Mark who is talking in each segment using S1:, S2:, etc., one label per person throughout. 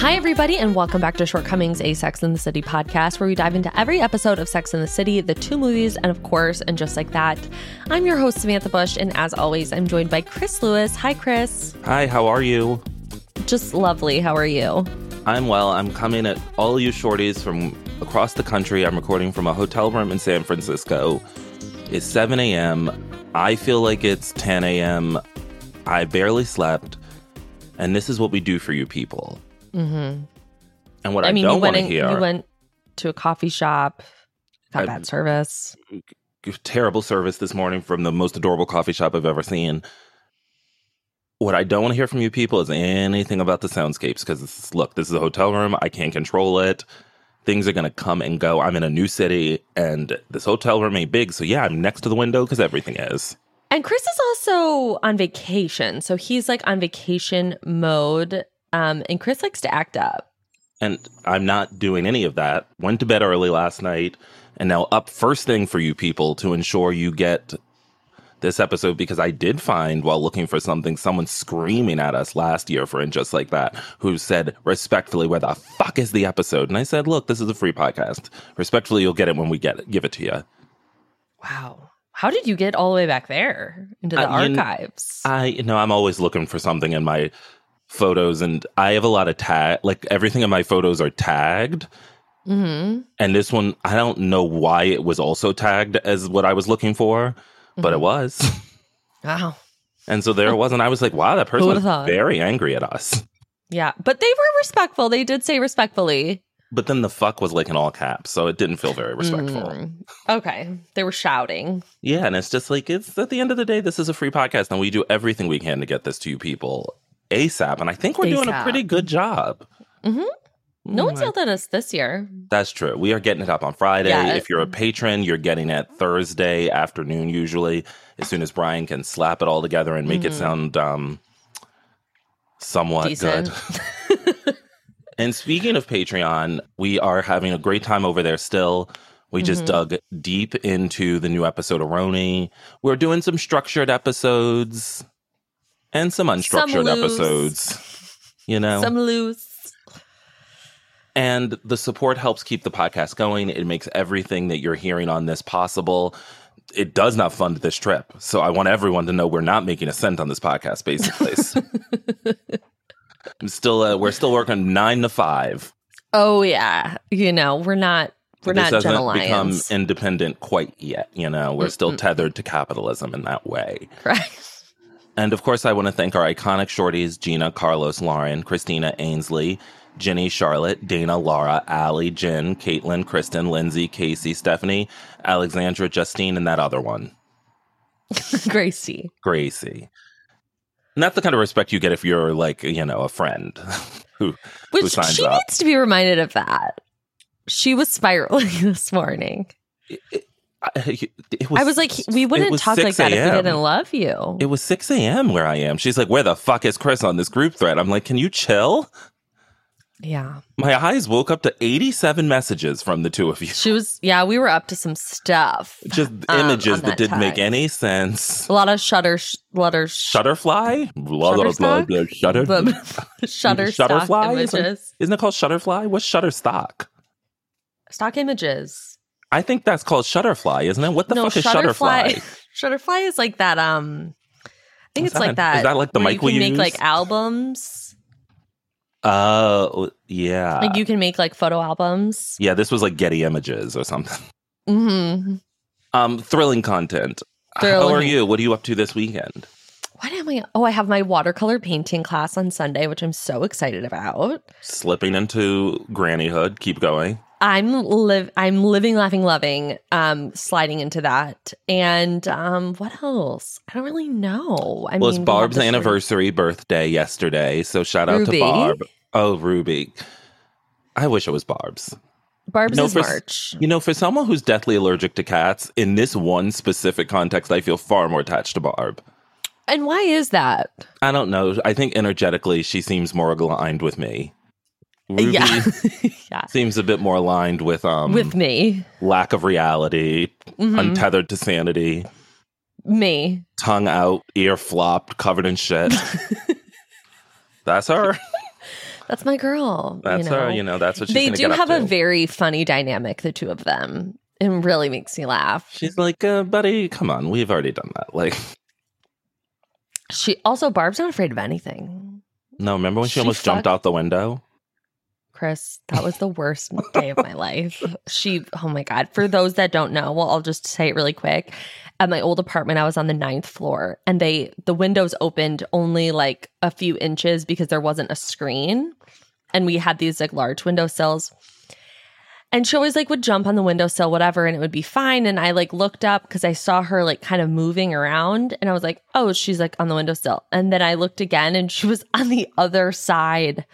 S1: Hi, everybody, and welcome back to Shortcomings, a Sex in the City podcast, where we dive into every episode of Sex in the City, the two movies, and of course, and just like that. I'm your host, Samantha Bush, and as always, I'm joined by Chris Lewis. Hi, Chris.
S2: Hi, how are you?
S1: Just lovely. How are you?
S2: I'm well. I'm coming at all you shorties from across the country. I'm recording from a hotel room in San Francisco. It's 7 a.m. I feel like it's 10 a.m. I barely slept. And this is what we do for you people.
S1: Mm-hmm.
S2: And what I, don't want to
S1: in- you
S2: hear
S1: went to a coffee shop, got
S2: I-
S1: bad service.
S2: terrible service this morning from the most adorable coffee shop I've ever seen. What I don't want to hear from you people is anything about the soundscapes because look, this is a hotel room. I can't control it. Things are going to come and go. I'm in a new city and this hotel room ain't big. So yeah, I'm next to the window because everything is.
S1: And Chris is also on vacation, so he's like on vacation mode. Um, and Chris likes to act up.
S2: And I'm not doing any of that. Went to bed early last night and now up first thing for you people to ensure you get this episode because I did find while looking for something someone screaming at us last year for and just like that who said respectfully where the fuck is the episode and I said look this is a free podcast respectfully you'll get it when we get it give it to you
S1: Wow. How did you get all the way back there into the
S2: Uh, you kn-
S1: archives?
S2: I you know I'm always looking for something in my photos and I have a lot of tag like everything in my photos are tagged
S1: mm-hmm.
S2: And this one, I don't know why it was also tagged as what I was looking for, but
S1: Mm-hmm.
S2: it was.
S1: Wow.
S2: And so there it was. And I was like, wow, that person
S1: would've
S2: was
S1: thought?
S2: very angry at us.
S1: Yeah. But they were respectful. They did say respectfully.
S2: But then the fuck was like in all caps. So it didn't feel very respectful.
S1: Mm. Okay. They were shouting.
S2: Yeah. And it's just like, it's at the end of the day, this is a free podcast and we do everything we can to get this to you people ASAP. And I think we're doing a
S1: ASAP.
S2: pretty good job.
S1: Mhm. No
S2: Mm,
S1: one's
S2: I-
S1: yelled at us this year.
S2: That's true. We are getting it up on Friday.
S1: Yeah. um,
S2: If you're a patron, you're getting it Thursday afternoon, usually, as soon as Brian can slap it all together and make it
S1: Mhm.
S2: sound um, somewhat
S1: Decent.
S2: good. And speaking of Patreon, we are having a great time over there still. We just
S1: Mhm.
S2: dug deep into the new episode of Roni. We're doing some structured episodes and some unstructured
S1: loose.
S2: episodes. You know,
S1: Some loose.
S2: and the support helps keep the podcast going. It makes everything that you're hearing on this possible. It does not fund this trip. So I want everyone to know we're not making a cent on this podcast, basically. I'm still, uh, we're still working nine to five.
S1: Oh yeah. You know, we're not we're
S2: this
S1: not
S2: hasn't
S1: Jenna Lyons.
S2: become independent quite yet. You know, we're still tethered to capitalism in that way.
S1: Correct.
S2: And of course, I want to thank our iconic shorties Gina, Carlos, Lauren, Christina, Ainsley, Jenny, Charlotte, Dana, Laura, Allie, Jen, Caitlin, Kristen, Lindsay, Casey, Stephanie, Alexandra, Justine, and that other one,
S1: Gracie.
S2: Gracie. And that's the kind of respect you get if you're like, you know, a friend. who,
S1: Which
S2: signs
S1: she
S2: up?
S1: needs to be reminded of that. She was spiraling this morning.
S2: it, it- I- it
S1: I was like, we
S2: it
S1: wouldn't
S2: was
S1: talk like
S2: 6
S1: that if we
S2: a.m..
S1: didn't love you.
S2: It was 6 a.m. where I am. She's like, where the fuck is Chris on this group thread? I'm like, can you chill?
S1: yeah.
S2: My eyes woke up to 87 messages from the two of you.
S1: She was, yeah, we were up to some stuff.
S2: just
S1: um,
S2: images
S1: on
S2: that
S1: that
S2: didn't make
S1: tag.
S2: any sense.
S1: A lot of shutter, sh- letter, sh-
S2: Shutterfly, blah blah blah,
S1: Shutterstock?
S2: blah shutter.
S1: bu- shutter stock
S2: Shutterfly is a-
S1: images.
S2: Isn't it called Shutterfly? What's Shutterstock?
S1: Stock images.
S2: I think that's called Shutterfly, isn't it? What the fuck is Shutterfly?
S1: Shutterfly is like that. Um, I think
S2: What's
S1: it's like
S2: that?
S1: that.
S2: Is that like the
S1: where
S2: mic we
S1: you can
S2: use?
S1: make like albums?
S2: Oh yeah,
S1: like you can make like photo albums.
S2: yeah. This was like Getty Images or something.
S1: hmm
S2: Um, thrilling content. How are
S1: Thrilling.
S2: you? What are you up to this weekend?
S1: What am I? Oh, I have my watercolor painting class on Sunday, which I'm so excited about.
S2: Slipping into grannyhood. Keep going.
S1: I'm live I'm living laughing loving um sliding into that and um what else I don't really know I
S2: well,
S1: mean, we
S2: it's
S1: have
S2: Barb's
S1: this re-
S2: anniversary birthday yesterday, so shout out
S1: Ruby?
S2: to Barb. Oh, Ruby. I wish it was Barb's.
S1: Barb's
S2: No,
S1: is
S2: for-
S1: March
S2: You know, for someone who's deathly allergic to cats, in this one specific context, I feel far more attached to Barb.
S1: and why is that
S2: I don't know. I think energetically, she seems more aligned with me. Ruby
S1: Uh, yeah yeah
S2: seems a bit more aligned with um
S1: with me
S2: lack of reality,
S1: Mhm.
S2: untethered to sanity,
S1: me
S2: tongue out, ear flopped, covered in shit. That's her.
S1: That's my girl.
S2: That's
S1: you know?
S2: her. You know, that's what she's
S1: they
S2: gonna
S1: do
S2: get up
S1: have a
S2: to.
S1: very funny dynamic, the two of them. It really makes me laugh.
S2: She's like, uh, buddy, come on, we've already done that. Like,
S1: She also Barb's not afraid of anything.
S2: no, remember when she,
S1: She
S2: almost jumped
S1: fucked-
S2: out the window?
S1: Chris, that was the worst day of my life. She, oh my God. For those that don't know, well, I'll just say it really quick. At my old apartment, I was on the ninth floor and they, the windows opened only like a few inches because there wasn't a screen. And we had these like large windowsills. And she always like would jump on the windowsill, whatever, and it would be fine. And I like looked up because I saw her like kind of moving around and I was like, oh, she's like on the windowsill. And then I looked again and she was on the other side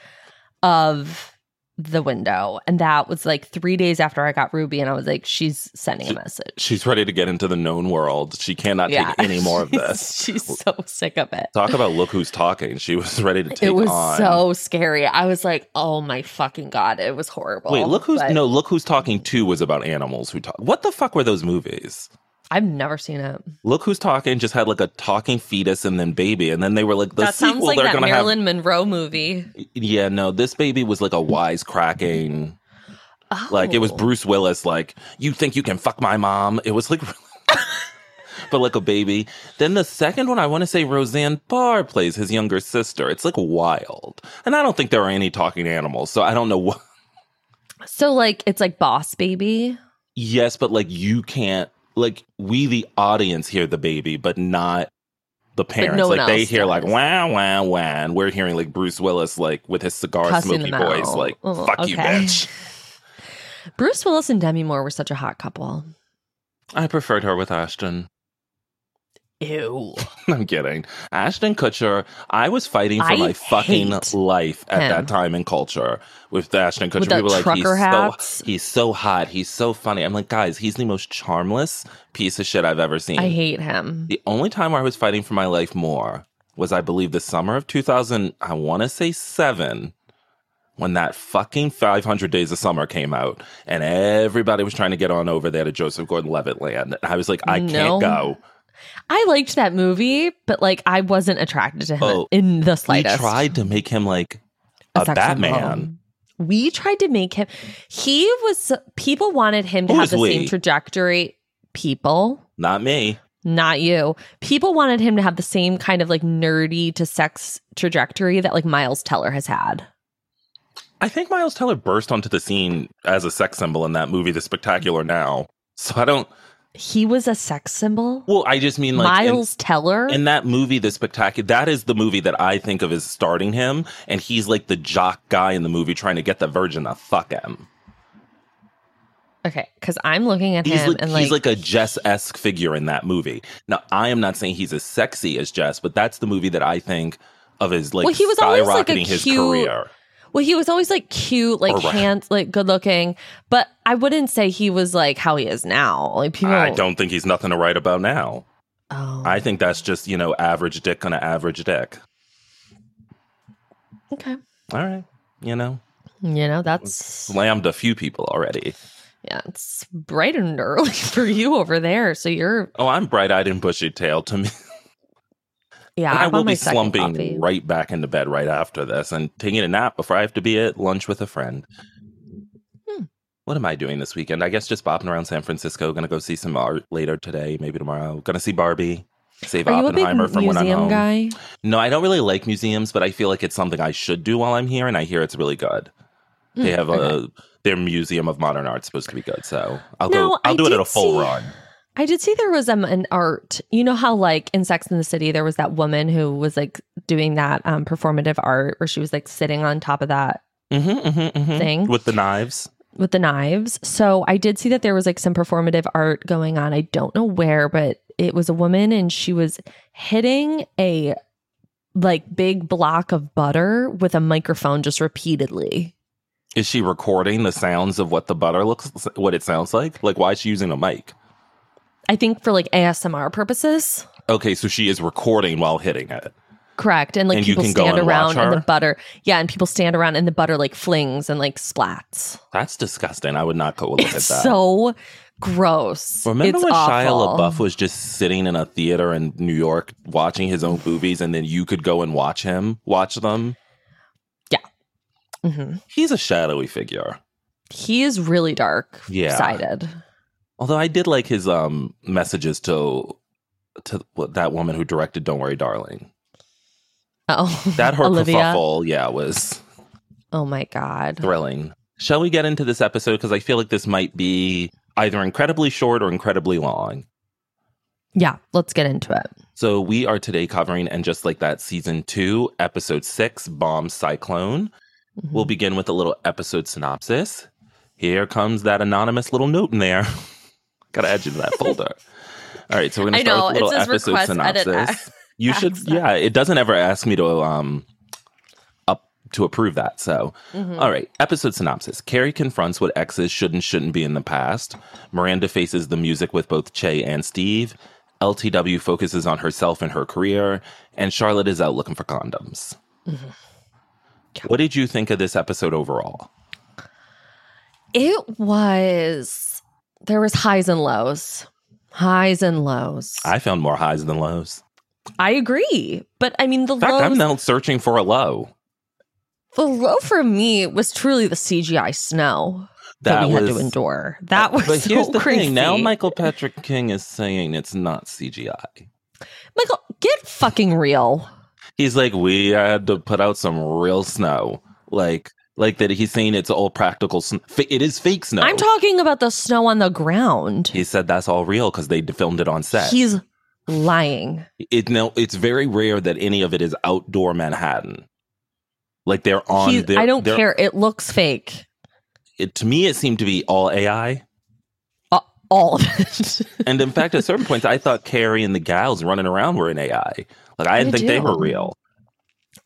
S1: of the window. And that was like three days after I got Ruby, and I was like, she's sending a message.
S2: She's ready to get into the known world. She cannot take any more of
S1: She's-
S2: this.
S1: She's so sick of it.
S2: Talk about look who's talking. She was ready to take
S1: It was
S2: on.
S1: so scary. I was like, oh my fucking God. It was horrible.
S2: Wait, look who's
S1: But
S2: no, look who's talking two was about animals who talk. What the fuck were those movies?
S1: I've never seen it.
S2: Look who's talking just had like a talking fetus and then baby, and then they were like the
S1: that sounds
S2: sequel
S1: like
S2: they're
S1: that
S2: gonna
S1: Marilyn Monroe movie.
S2: have. Yeah, no, this baby was like a wise cracking.
S1: Oh.
S2: Like it was Bruce Willis. Like you think you can fuck my mom? It was like, but like a baby. Then the second one, I want to say Roseanne Barr plays his younger sister. It's like wild, and I don't think there are any talking animals, so I don't know what.
S1: So, like, it's like Boss Baby.
S2: Yes, but like you can't like we the audience hear the baby, but not the parents.
S1: no one
S2: like they
S1: else
S2: hear like
S1: does.
S2: wow wow wow, and we're hearing like Bruce Willis like with his cigar
S1: Cussing
S2: smoky
S1: them
S2: voice,
S1: out.
S2: like
S1: Oh,
S2: fuck you,
S1: okay.
S2: bitch.
S1: Bruce Willis and Demi Moore were such a hot couple.
S2: I preferred her with Ashton.
S1: Ew.
S2: I'm kidding. Ashton Kutcher, I was fighting for
S1: I
S2: my fucking
S1: hate
S2: life at
S1: him.
S2: that time in culture with Ashton Kutcher.
S1: With the
S2: People were like he's
S1: trucker hats.
S2: so he's so hot, he's so funny. I'm like, guys, he's the most charmless piece of shit I've ever seen.
S1: I hate him.
S2: The only time where I was fighting for my life more was, I believe, the summer of 2000, I want to say seven, when that fucking 500 Days of Summer came out and everybody was trying to get on over there to Joseph Gordon Levitt land. And I was like, I
S1: No.
S2: can't go.
S1: I liked that movie, but like I wasn't attracted to him
S2: Oh,
S1: in the
S2: We
S1: slightest.
S2: tried to make him like a,
S1: sex
S2: Batman.
S1: symbol. We tried to make him. He was. People wanted him to
S2: Who
S1: have
S2: is
S1: the
S2: we?
S1: same trajectory. People,
S2: Not me.
S1: not you. People wanted him to have the same kind of like nerdy to sex trajectory that like Miles Teller has had.
S2: I think Miles Teller burst onto the scene as a sex symbol in that movie, The Spectacular Now. So I don't,
S1: He was a sex symbol.
S2: well, I just mean like. in-
S1: Miles Teller.
S2: In that movie, the spectacular, that is the movie that I think of as starting him, and he's like the jock guy in the movie trying to get the virgin to fuck him.
S1: okay, because I'm looking at
S2: He's
S1: him
S2: like,
S1: and
S2: he's like a Jess esque figure in that movie. Now, I am not saying he's as sexy as Jess, but that's the movie that I think of as like
S1: Well, he was always, like, a
S2: skyrocketing his
S1: cute-
S2: career.
S1: Well, he was always like cute, like
S2: Correct.
S1: hands, like good looking, but I wouldn't say he was like how he is now. Like people,
S2: I don't think he's nothing to write about now.
S1: Oh,
S2: I think that's just, you know, average dick on an average dick.
S1: okay.
S2: All right. You know,
S1: You know, that's
S2: slammed a few people already.
S1: yeah, it's bright and early for you over there. So you're
S2: Oh, I'm bright eyed and bushy tailed to me.
S1: yeah.
S2: And I
S1: I'm on
S2: will
S1: my
S2: be
S1: second
S2: slumping
S1: coffee.
S2: right back into bed right after this and taking a nap before I have to be at lunch with a friend.
S1: Hmm.
S2: What am I doing this weekend? I guess just bopping around San Francisco. Gonna go see some art later today, maybe tomorrow. Gonna see Barbie. Save
S1: Are you a big
S2: Oppenheimer from when I'm
S1: museum
S2: home.
S1: guy?
S2: No, I don't really like museums, but I feel like it's something I should do while I'm here, and I hear it's really good. They
S1: Mm,
S2: have a their museum of modern art supposed to be good, so I'll go.
S1: No, I
S2: I'll do it
S1: did
S2: at a full
S1: see-
S2: run.
S1: I did see there was um, an art. You know how like in Sex in the City there was that woman who was like doing that um, performative art where she was like sitting on top of that
S2: hmm hmm hmm
S1: Thing.
S2: with the knives.
S1: with the knives. So I did see that there was like some performative art going on. I don't know where, but it was a woman and she was hitting a like big block of butter with a microphone just repeatedly.
S2: Is she recording the sounds of what the butter looks, what it sounds like? Like, why is she using a mic?
S1: I think for like ASMR purposes.
S2: Okay, so she is recording while hitting it.
S1: Correct. And like
S2: And you
S1: people
S2: can go
S1: stand
S2: and watch
S1: around and the
S2: her?
S1: butter. Yeah, and people stand around and the butter like flings and like splats.
S2: That's disgusting. I would not go look at that.
S1: It's so gross.
S2: Remember
S1: it's
S2: when Shia
S1: awful.
S2: LaBeouf was just sitting in a theater in New York watching his own movies, and then you could go and watch him watch them?
S1: Mhm.
S2: He's a shadowy figure.
S1: He is really dark
S2: Yeah.
S1: sided.
S2: Although I did like his um messages to to that woman who directed Don't Worry Darling.
S1: Oh,
S2: That her
S1: Olivia.
S2: kerfuffle, yeah, was
S1: Oh my god.
S2: thrilling. Shall we get into this episode because I feel like this might be either incredibly short or incredibly long.
S1: Yeah, let's get into it.
S2: So we are today covering and just like that season 2, episode 6, Bomb Cyclone.
S1: Mhm.
S2: We'll begin with a little episode synopsis. Here comes that anonymous little note in there. Gotta add you to that folder. All right, so we're gonna
S1: I
S2: start
S1: know,
S2: with a little
S1: it says
S2: episode
S1: request edit
S2: synopsis. you should,
S1: accent.
S2: yeah. It doesn't ever ask me to um up to approve that. So,
S1: Mhm.
S2: all right, episode synopsis. Carrie confronts what exes should and shouldn't be in the past. Miranda faces the music with both Che and Steve. LTW focuses on herself and her career, and Charlotte is out looking for condoms.
S1: Mm-hmm.
S2: What did you think of this episode overall?
S1: It was there was highs and lows. Highs and lows. I,
S2: I found more highs than lows.
S1: agree. But I mean the
S2: In fact,
S1: lows
S2: I'm now searching for a low.
S1: the low for me was truly the CGI snow that,
S2: That
S1: we
S2: was
S1: had to endure. That was
S2: But
S1: so
S2: here's the
S1: crazy.
S2: thing: now Michael Patrick King is saying it's not CGI.
S1: Michael, get fucking real.
S2: He's like, we had to put out some real snow, like like that. He's saying it's all practical. Sn- fa- it is fake snow.
S1: I'm talking about the snow on the ground.
S2: he said that's all real because they d- filmed it on set.
S1: He's lying.
S2: it no, it's very rare that any of it is outdoor Manhattan. Like they're on.
S1: He's-
S2: they're-
S1: I don't
S2: they're-
S1: care. It looks fake.
S2: It, to me, it seemed to be all AI.
S1: A- All of it.
S2: And in fact, at certain points, I thought Carrie and the gals running around were in AI. Like I didn't
S1: I
S2: think they
S1: do.
S2: were real,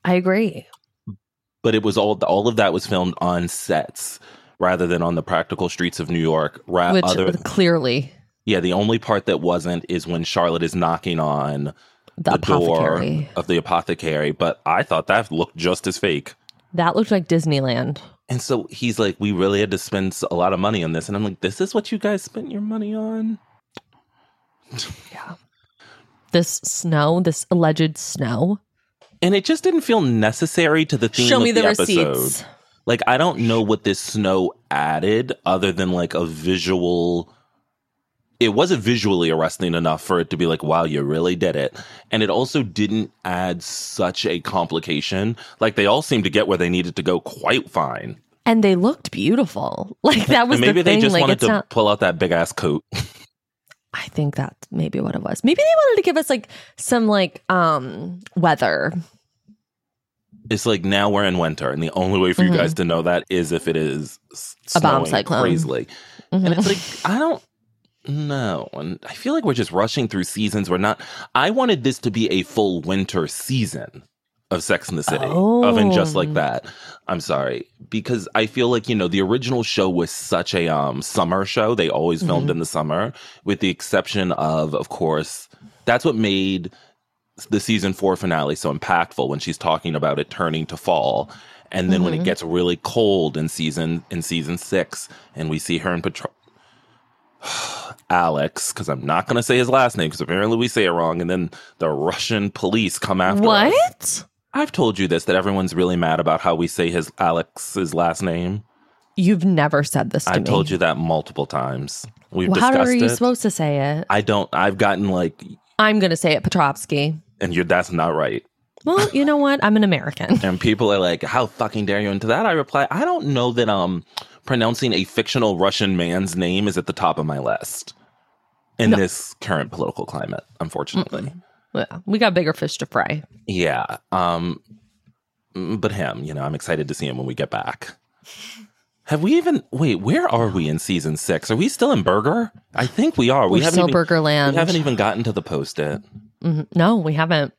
S1: I agree.
S2: but it was all all of that was filmed on sets rather than on the practical streets of New York. Ra-
S1: Which
S2: other,
S1: clearly
S2: yeah, the only part that wasn't is when Charlotte is knocking on
S1: the,
S2: the, door
S1: apothecary.
S2: of the apothecary. But I thought that looked just as fake.
S1: That looked like Disneyland.
S2: And so he's like, "We really had to spend a lot of money on this," and I'm like, "This is what you guys spent your money on."
S1: This snow, this alleged snow.
S2: And it just didn't feel necessary to the theme.
S1: Show
S2: of
S1: me the,
S2: episode.
S1: receipts.
S2: Like I don't know what this snow added other than like a visual it wasn't visually arresting enough for it to be like wow you really did it and it also didn't add such a complication like they all seemed to get where they needed to go quite fine
S1: And they looked beautiful. Like that was
S2: and maybe
S1: the
S2: they
S1: thing.
S2: just
S1: like
S2: wanted
S1: it's
S2: to
S1: not
S2: pull out that big ass coat
S1: I think that's maybe what it was. Maybe they wanted to give us like some like um weather.
S2: it's like now we're in winter and the only way for
S1: Mhm.
S2: you guys to know that is if it is s-
S1: A bomb
S2: snowing
S1: cyclone.
S2: crazily
S1: Mhm.
S2: And it's like, I don't know. And I feel like we're just rushing through seasons. We're not, I wanted this to be a full winter season of Sex in the City, of And Just
S1: Oh.
S2: Like That. I'm sorry. Because I feel like, you know, the original show was such a um, summer show. They always filmed
S1: Mm-hmm.
S2: in the summer, with the exception of, of course, that's what made the season four finale so impactful when she's talking about it turning to fall and then when
S1: Mm-hmm.
S2: it gets really cold in season in season six and we see her and Patro- alex because i'm not going to say his last name because apparently we say it wrong and then the russian police come after us.
S1: What?
S2: i've told you this that everyone's really mad about how we say his alex's last name
S1: You've never said this to
S2: i've
S1: me.
S2: told you that multiple times we've
S1: Well, how
S2: discussed
S1: are you
S2: it
S1: supposed to say it?
S2: i don't i've gotten like
S1: I'm gonna say it Petrovsky.
S2: and you're that's not right
S1: Well, you know what? I'm an American.
S2: and people are like, "How fucking dare you?" And to that, I reply, "I don't know that um pronouncing a fictional Russian man's name is at the top of my list in
S1: No.
S2: this current political climate, unfortunately."
S1: Well, we got bigger fish to fry.
S2: Yeah, um, mm, but him, you know, I'm excited to see him when we get back. Have we even wait? Where are we in season six? Are we still in Burger? I think we are. We
S1: We're
S2: haven't
S1: still
S2: even,
S1: Burgerland.
S2: We haven't even gotten to the post it,
S1: Mhm. No, we haven't.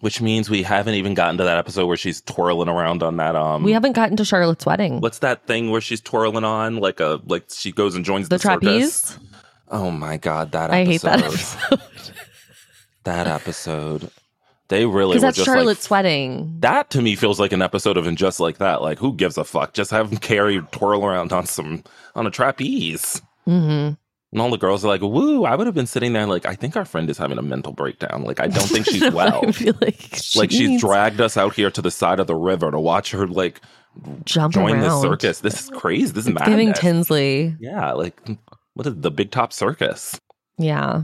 S2: which means we haven't even gotten to that episode where she's twirling around on that um
S1: We haven't gotten to Charlotte's wedding.
S2: what's that thing where she's twirling on like a like she goes and joins the,
S1: the
S2: circus?
S1: trapeze?
S2: Oh my god, that episode.
S1: I hate that episode
S2: That episode. They really were
S1: because that's
S2: just
S1: Charlotte's
S2: like
S1: wedding.
S2: that to me feels like an episode of and just like that. Like who gives a fuck? Just have Carrie twirl around on some on a trapeze.
S1: hmm
S2: And all the girls are like, "Woo!" I would have been sitting there like, "I think our friend is having a mental breakdown. Like, I don't think she's well.
S1: I feel like, she
S2: like, she's
S1: needs-
S2: dragged us out here to the side of the river to watch her like
S1: jump
S2: join
S1: around.
S2: the circus. This is crazy. This is
S1: It's giving
S2: madness.
S1: Tinsley.
S2: yeah, like mm, what is the Big Top Circus?
S1: Yeah.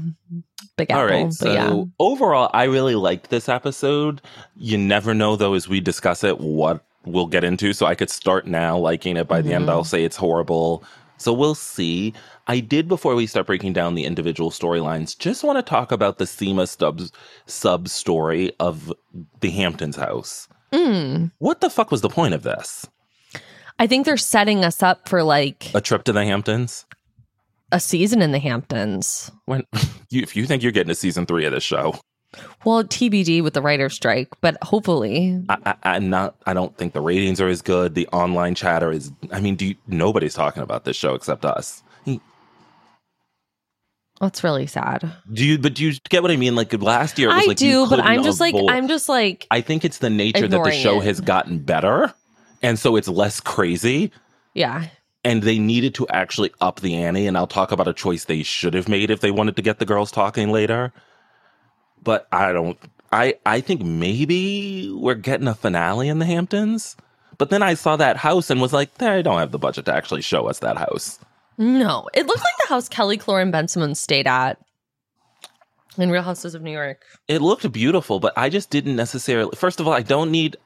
S1: Big apple.
S2: All right.
S1: but
S2: So
S1: yeah.
S2: overall, I really liked this episode. You never know though, as we discuss it, what we'll get into. So I could start now liking it. By the end,
S1: Mhm.
S2: I'll say it's horrible. So we'll see. I did before we start breaking down the individual storylines. Just want to talk about the Seema Stubbs sub story of the Hamptons house.
S1: Mm.
S2: What the fuck was the point of this?
S1: I think they're setting us up for like
S2: A trip to the Hamptons?
S1: a season in the Hamptons.
S2: When you, if you think you're getting to season three of this show,
S1: Well, TBD with the writer's strike, but hopefully.
S2: I, I, I'm not. I don't think the ratings are as good. The online chatter is. I mean, do you, nobody's talking about this show except us.
S1: That's really sad.
S2: Do you? But do you get what I mean? Like last year, it was
S1: I
S2: like you
S1: do, but I'm
S2: couldn't
S1: just like
S2: avoid-
S1: I'm just like
S2: I think it's the nature that the
S1: ignoring
S2: show
S1: it.
S2: has gotten better, and so it's less crazy.
S1: yeah.
S2: And they needed to actually up the ante. And I'll talk about a choice they should have made if they wanted to get the girls talking later. But I don't. I I think maybe we're getting a finale in the Hamptons. But then I saw that house and was like, they don't have the budget to actually show us that house.
S1: No. It looked like the house Kelly Cloran Bensimon stayed at in Real Houses of New York.
S2: It looked beautiful, but I just didn't necessarily. First of all, I don't need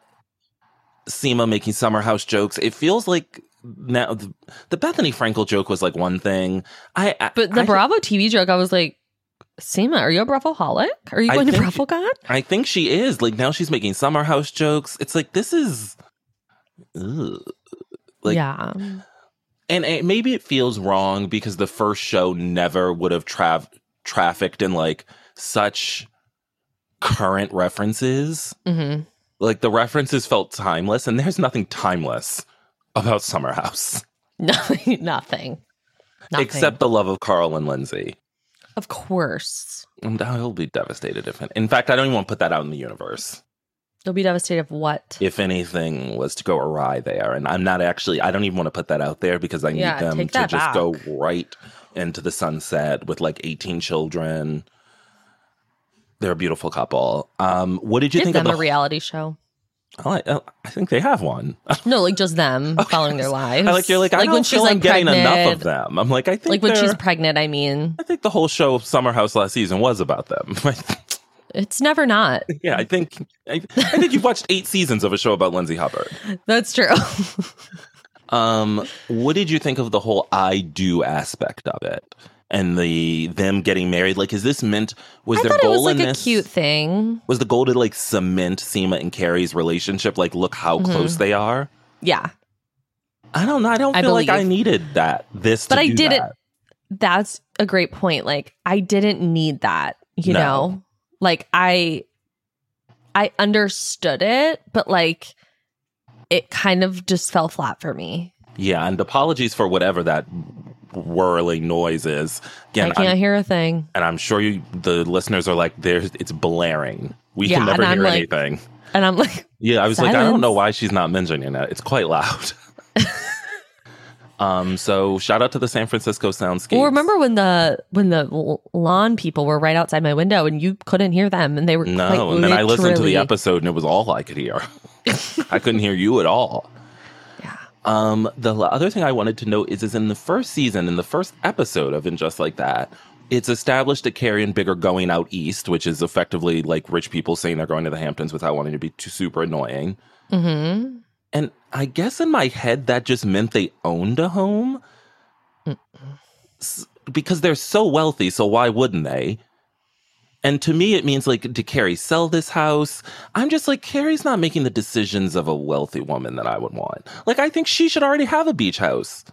S2: Seema making summer house jokes. It feels like now the, the Bethany Frankel joke was like one thing. I, I
S1: But the
S2: I,
S1: Bravo TV joke, I was like, Seema, are you a Bravoholic? Are you
S2: I
S1: going to
S2: think-
S1: BravoCon?
S2: I think she is. Like now she's making summer house jokes. It's like this is ugh. like
S1: yeah.
S2: and it, maybe it feels wrong because the first show never would have trav trafficked in like such current references.
S1: hmm
S2: Like the references felt timeless and there's nothing timeless about Summer House
S1: Nothing. Nothing. Nothing.
S2: except the love of Carl and Lindsay.
S1: of course,
S2: And I'll be devastated if in fact I don't even want to put that out in the universe.
S1: they'll be devastated. Of what?
S2: if anything was to go awry there and i'm not actually i don't even want to put that out there because i need
S1: Yeah,
S2: them to
S1: take
S2: just
S1: that
S2: go
S1: back.
S2: right into the sunset with like 18 children they're a beautiful couple um what did you
S1: Give
S2: think of
S1: them
S2: the
S1: a reality show.
S2: I, like- I think they have one
S1: No, like just them following their lives.
S2: i like you're like, I don't when she's like getting enough of them i'm like i think
S1: Like when she's
S2: they're-
S1: pregnant, I mean,
S2: i think the whole show of summer house last season was about them
S1: it's never not.
S2: yeah i think I, I think you've watched eight seasons of a show about lindsay hubbard
S1: That's true.
S2: Um, what did you think of the whole I do aspect of it and the them getting married? Like, is this meant? Was
S1: I
S2: their
S1: thought it was
S2: goal in
S1: like a
S2: this?
S1: cute thing.
S2: was the goal to like cement Seema and Carrie's relationship? Like, look how
S1: Mm-hmm.
S2: close they are.
S1: Yeah,
S2: I don't know. I don't
S1: I
S2: feel like I
S1: believe.
S2: needed that. This,
S1: but
S2: to
S1: I
S2: do
S1: did
S2: that.
S1: it. That's a great point. Like I didn't need that, you
S2: No.
S1: know. Like I, I understood it, but like it kind of just fell flat for me.
S2: Yeah, and apologies for whatever that whirling noise is. Again,
S1: I can't
S2: I'm,
S1: hear a thing.
S2: and I'm sure you, the listeners are like, "There's, it's blaring. We
S1: Yeah,
S2: can never
S1: and I'm
S2: hear
S1: like-
S2: anything."
S1: And I'm like,
S2: Yeah, I was like, I don't
S1: Silence.
S2: know why she's not mentioning that. It's quite loud. um, so shout out to the San Francisco soundscape.
S1: well, remember when the when the l- lawn people were right outside my window and you couldn't hear them and they were quite
S2: No, and then I listened to
S1: literally-
S2: the episode and it was all I could hear. I couldn't hear you at all.
S1: Yeah.
S2: Um, the l- other thing I wanted to note is, is in the first season, in the first episode of And Just Like That, it's established that Carrie and Big are going out east, which is effectively like rich people saying they're going to the Hamptons without wanting to be too super annoying.
S1: Mhm.
S2: And I guess in my head, that just meant they owned a home S- because they're so wealthy. So why wouldn't they? And to me, it means like, did Carrie sell this house? I'm just like, Carrie's not making the decisions of a wealthy woman that I would want. Like, I think she should already have a beach house.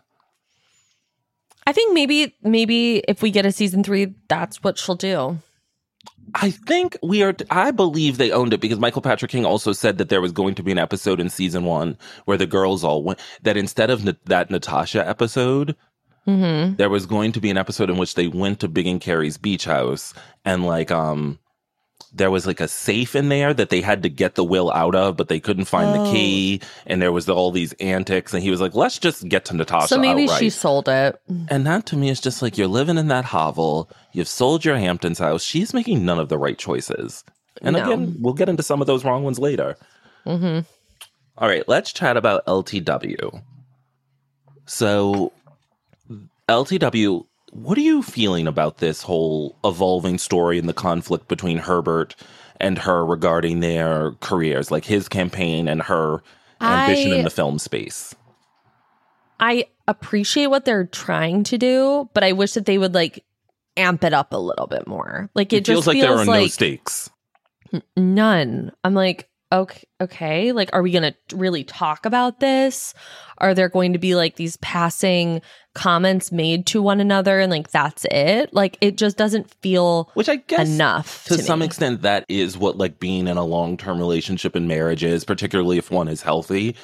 S1: I think maybe maybe if we get a season three, that's what she'll do.
S2: I think we are. I believe they owned it because Michael Patrick King also said that there was going to be an episode in season one where the girls all went. That instead of Na- that Natasha episode,
S1: Mm-hmm.
S2: there was going to be an episode in which they went to Big and Carrie's beach house and like um there was like a safe in there that they had to get the will out of, but they couldn't find the
S1: Oh.
S2: key. And there was all these antics, and he was like, "Let's just get to Natasha."
S1: So maybe
S2: outright.
S1: she sold it.
S2: And that to me is just like you're living in that hovel. You've sold your Hamptons house. She's making none of the right choices. And
S1: No.
S2: again, we'll get into some of those wrong ones later.
S1: Mm-hmm.
S2: All right, let's chat about LTW. So, LTW, what are you feeling about this whole evolving story and the conflict between Herbert and her regarding their careers, like his campaign and her ambition
S1: I-
S2: in the film space?
S1: I appreciate what they're trying to do, but I wish that they would like amp it up a little bit more. Like it,
S2: It, feels
S1: just
S2: like
S1: feels
S2: there are
S1: like
S2: no stakes.
S1: none. I'm like, okay, okay, like are we going to really talk about this? Are there going to be like these passing comments made to one another and like that's it? Like it just doesn't feel
S2: Which I guess
S1: enough
S2: to,
S1: to,
S2: some
S1: me.
S2: extent that is what like being in a long-term relationship and marriage is, particularly if one is healthy.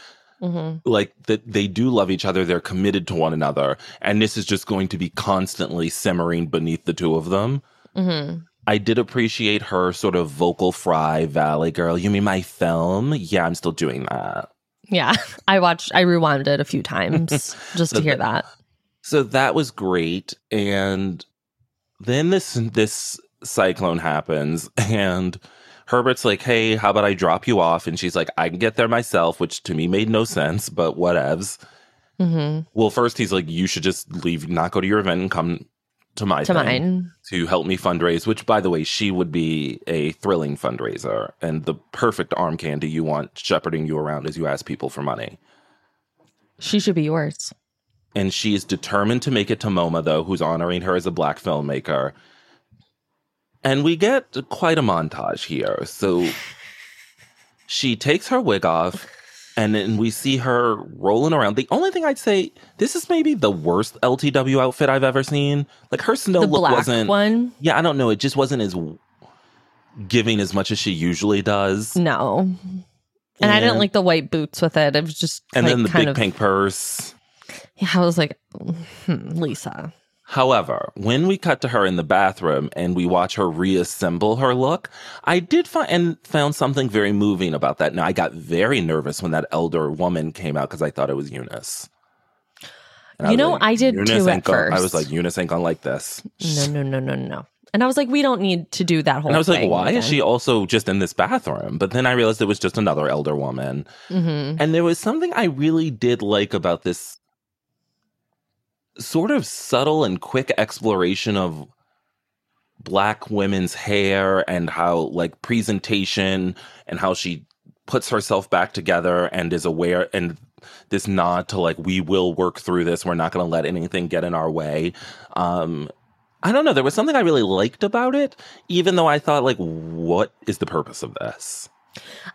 S1: Mhm.
S2: Like that they do love each other, they're committed to one another, and this is just going to be constantly simmering beneath the two of them.
S1: Mhm.
S2: I did appreciate her sort of vocal fry valley girl. You mean my film? Yeah, I'm still doing that.
S1: Yeah. I watched I rewound it a few times just to hear that.
S2: So that was great. And then this this cyclone happens and Herbert's like, "Hey, how about I drop you off?" And she's like, "I can get there myself," which to me made no sense, but whatevs.
S1: Mhm.
S2: Well, first he's like, "You should just leave, not go to your event and come to my
S1: To
S2: thing
S1: mine.
S2: to help me fundraise." Which, by the way, she would be a thrilling fundraiser and the perfect arm candy you want shepherding you around as you ask people for money.
S1: She should be yours.
S2: and she is determined to make it to MoMA, though, who's honoring her as a black filmmaker. And we get quite a montage here. So she takes her wig off, and then we see her rolling around. The only thing I'd say, this is maybe the worst LTW outfit I've ever seen. Like her snow
S1: The
S2: look
S1: black
S2: wasn't.
S1: one?
S2: Yeah, I don't know. It just wasn't as giving as much as she usually does.
S1: No. And, I didn't like the white boots with it. It was just
S2: And
S1: like,
S2: then the
S1: kind
S2: big
S1: of,
S2: pink purse.
S1: Yeah, I was like, hmm, Lisa.
S2: However, when we cut to her in the bathroom and we watch her reassemble her look, I did find and found something very moving about that. Now I got very nervous when that elder woman came out because I thought it was Eunice. And
S1: You
S2: was
S1: know, I did
S2: Eunice
S1: too
S2: ain't
S1: at
S2: gon- I was
S1: first.
S2: like, Eunice ain't gonna like this.
S1: No, no, no, no, no. And I was like, we don't need to do that whole.
S2: And I was like,
S1: thing
S2: why is
S1: again.
S2: she also just in this bathroom? But then I realized it was just another elder woman.
S1: Mhm.
S2: And there was something I really did like about this sort of subtle and quick exploration of black women's hair and how like presentation and how she puts herself back together and is aware and this nod to like we will work through this we're not going to let anything get in our way um i don't know there was something i really liked about it even though i thought like what is the purpose of this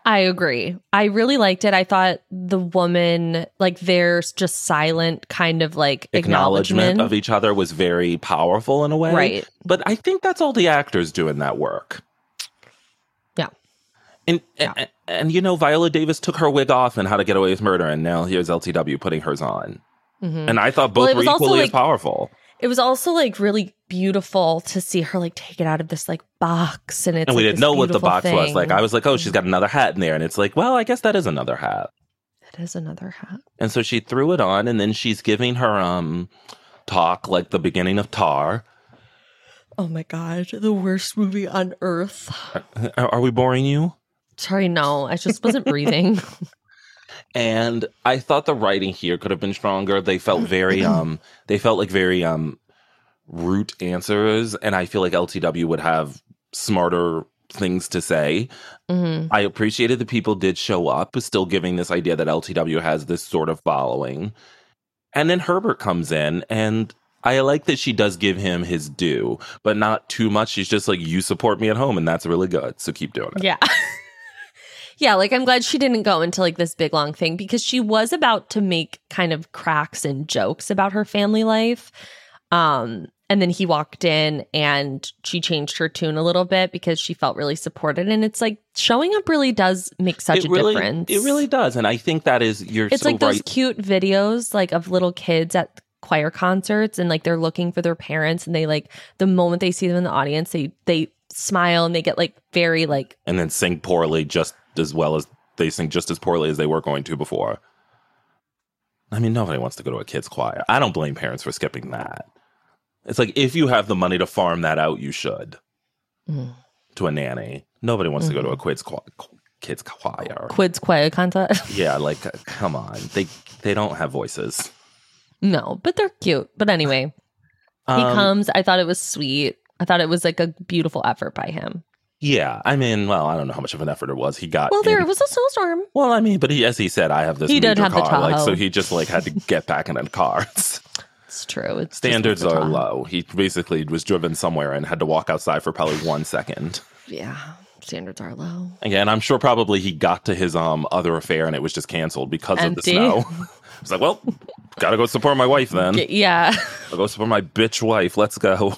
S1: I agree. I really liked it. I thought the woman, like, there's just silent kind of like
S2: acknowledgement
S1: acknowledgement,
S2: of each other was very powerful in a way
S1: right?
S2: But I think that's all the actors doing that work.
S1: Yeah.
S2: And, and and you know Viola Davis took her wig off and How to Get Away with Murder, and now here's LTW putting hers on.
S1: Mhm.
S2: And I thought
S1: Well,
S2: both
S1: it
S2: were
S1: was also,
S2: equally as
S1: like-
S2: powerful.
S1: It was also like really beautiful to see her like take it out of this like box, and it's
S2: And we
S1: like,
S2: didn't
S1: this
S2: know what the
S1: beautiful
S2: box was. Like
S1: thing.
S2: I was like, oh, she's got another hat in there, and it's like, well, I guess that is another hat.
S1: that is another hat.
S2: And so she threw it on, and then she's giving her um talk like the beginning of Tar.
S1: Oh my god, the worst movie on earth.
S2: Are, are we boring you?
S1: Sorry, no, I just wasn't breathing.
S2: and I thought the writing here could have been stronger. They felt very um they felt like very um root answers and I feel like LTW would have smarter things to say.
S1: Mhm.
S2: I appreciated the people did show up, still giving this idea that LTW has this sort of following. And then Herbert comes in and I like that she does give him his due, but not too much. She's just like, you support me at home, and that's really good. So keep doing it.
S1: Yeah. yeah, like I'm glad she didn't go into like this big long thing because she was about to make kind of cracks and jokes about her family life. Um and then he walked in and she changed her tune a little bit because she felt really supported and it's like showing up really does make such a
S2: really,
S1: difference.
S2: It really does. And I think that is, you're
S1: It's
S2: so
S1: like those
S2: right.
S1: cute videos like of little kids at choir concerts and like they're looking for their parents and they like the moment they see them in the audience they they smile and they get like very like
S2: and then sing poorly just as well as they sing just as poorly as they were going to before. I mean, nobody wants to go to a kids' choir. I don't blame parents for skipping that. It's like if you have the money to farm that out, you should
S1: Mm. Mm-hmm.
S2: to a nanny. Nobody wants to go to a quiz qu- kids choir.
S1: Quids Choir Canta.
S2: Yeah, like come on, they they don't have voices.
S1: no, but they're cute. But anyway, he
S2: Um,
S1: comes. I thought it was sweet. I thought it was like a beautiful effort by him.
S2: Yeah, I mean, well, I don't know how much of an effort it was. He got
S1: Well, there
S2: in-
S1: was a snowstorm.
S2: Well, I mean, but he, as he said, I have this.
S1: He did
S2: major
S1: have the
S2: car, like,
S1: Tahoe.
S2: so he just like had to get back in a car.
S1: It's true. It's just
S2: Standards
S1: over the
S2: are
S1: top.
S2: low. He basically was driven somewhere and had to walk outside for probably one second.
S1: Yeah, standards are low.
S2: Again, I'm sure probably he got to his um other affair and it was just canceled because
S1: Empty.
S2: of the snow. It's like, well, gotta go support my wife then.
S1: Y- Yeah.
S2: I'll go support my bitch wife. Let's go.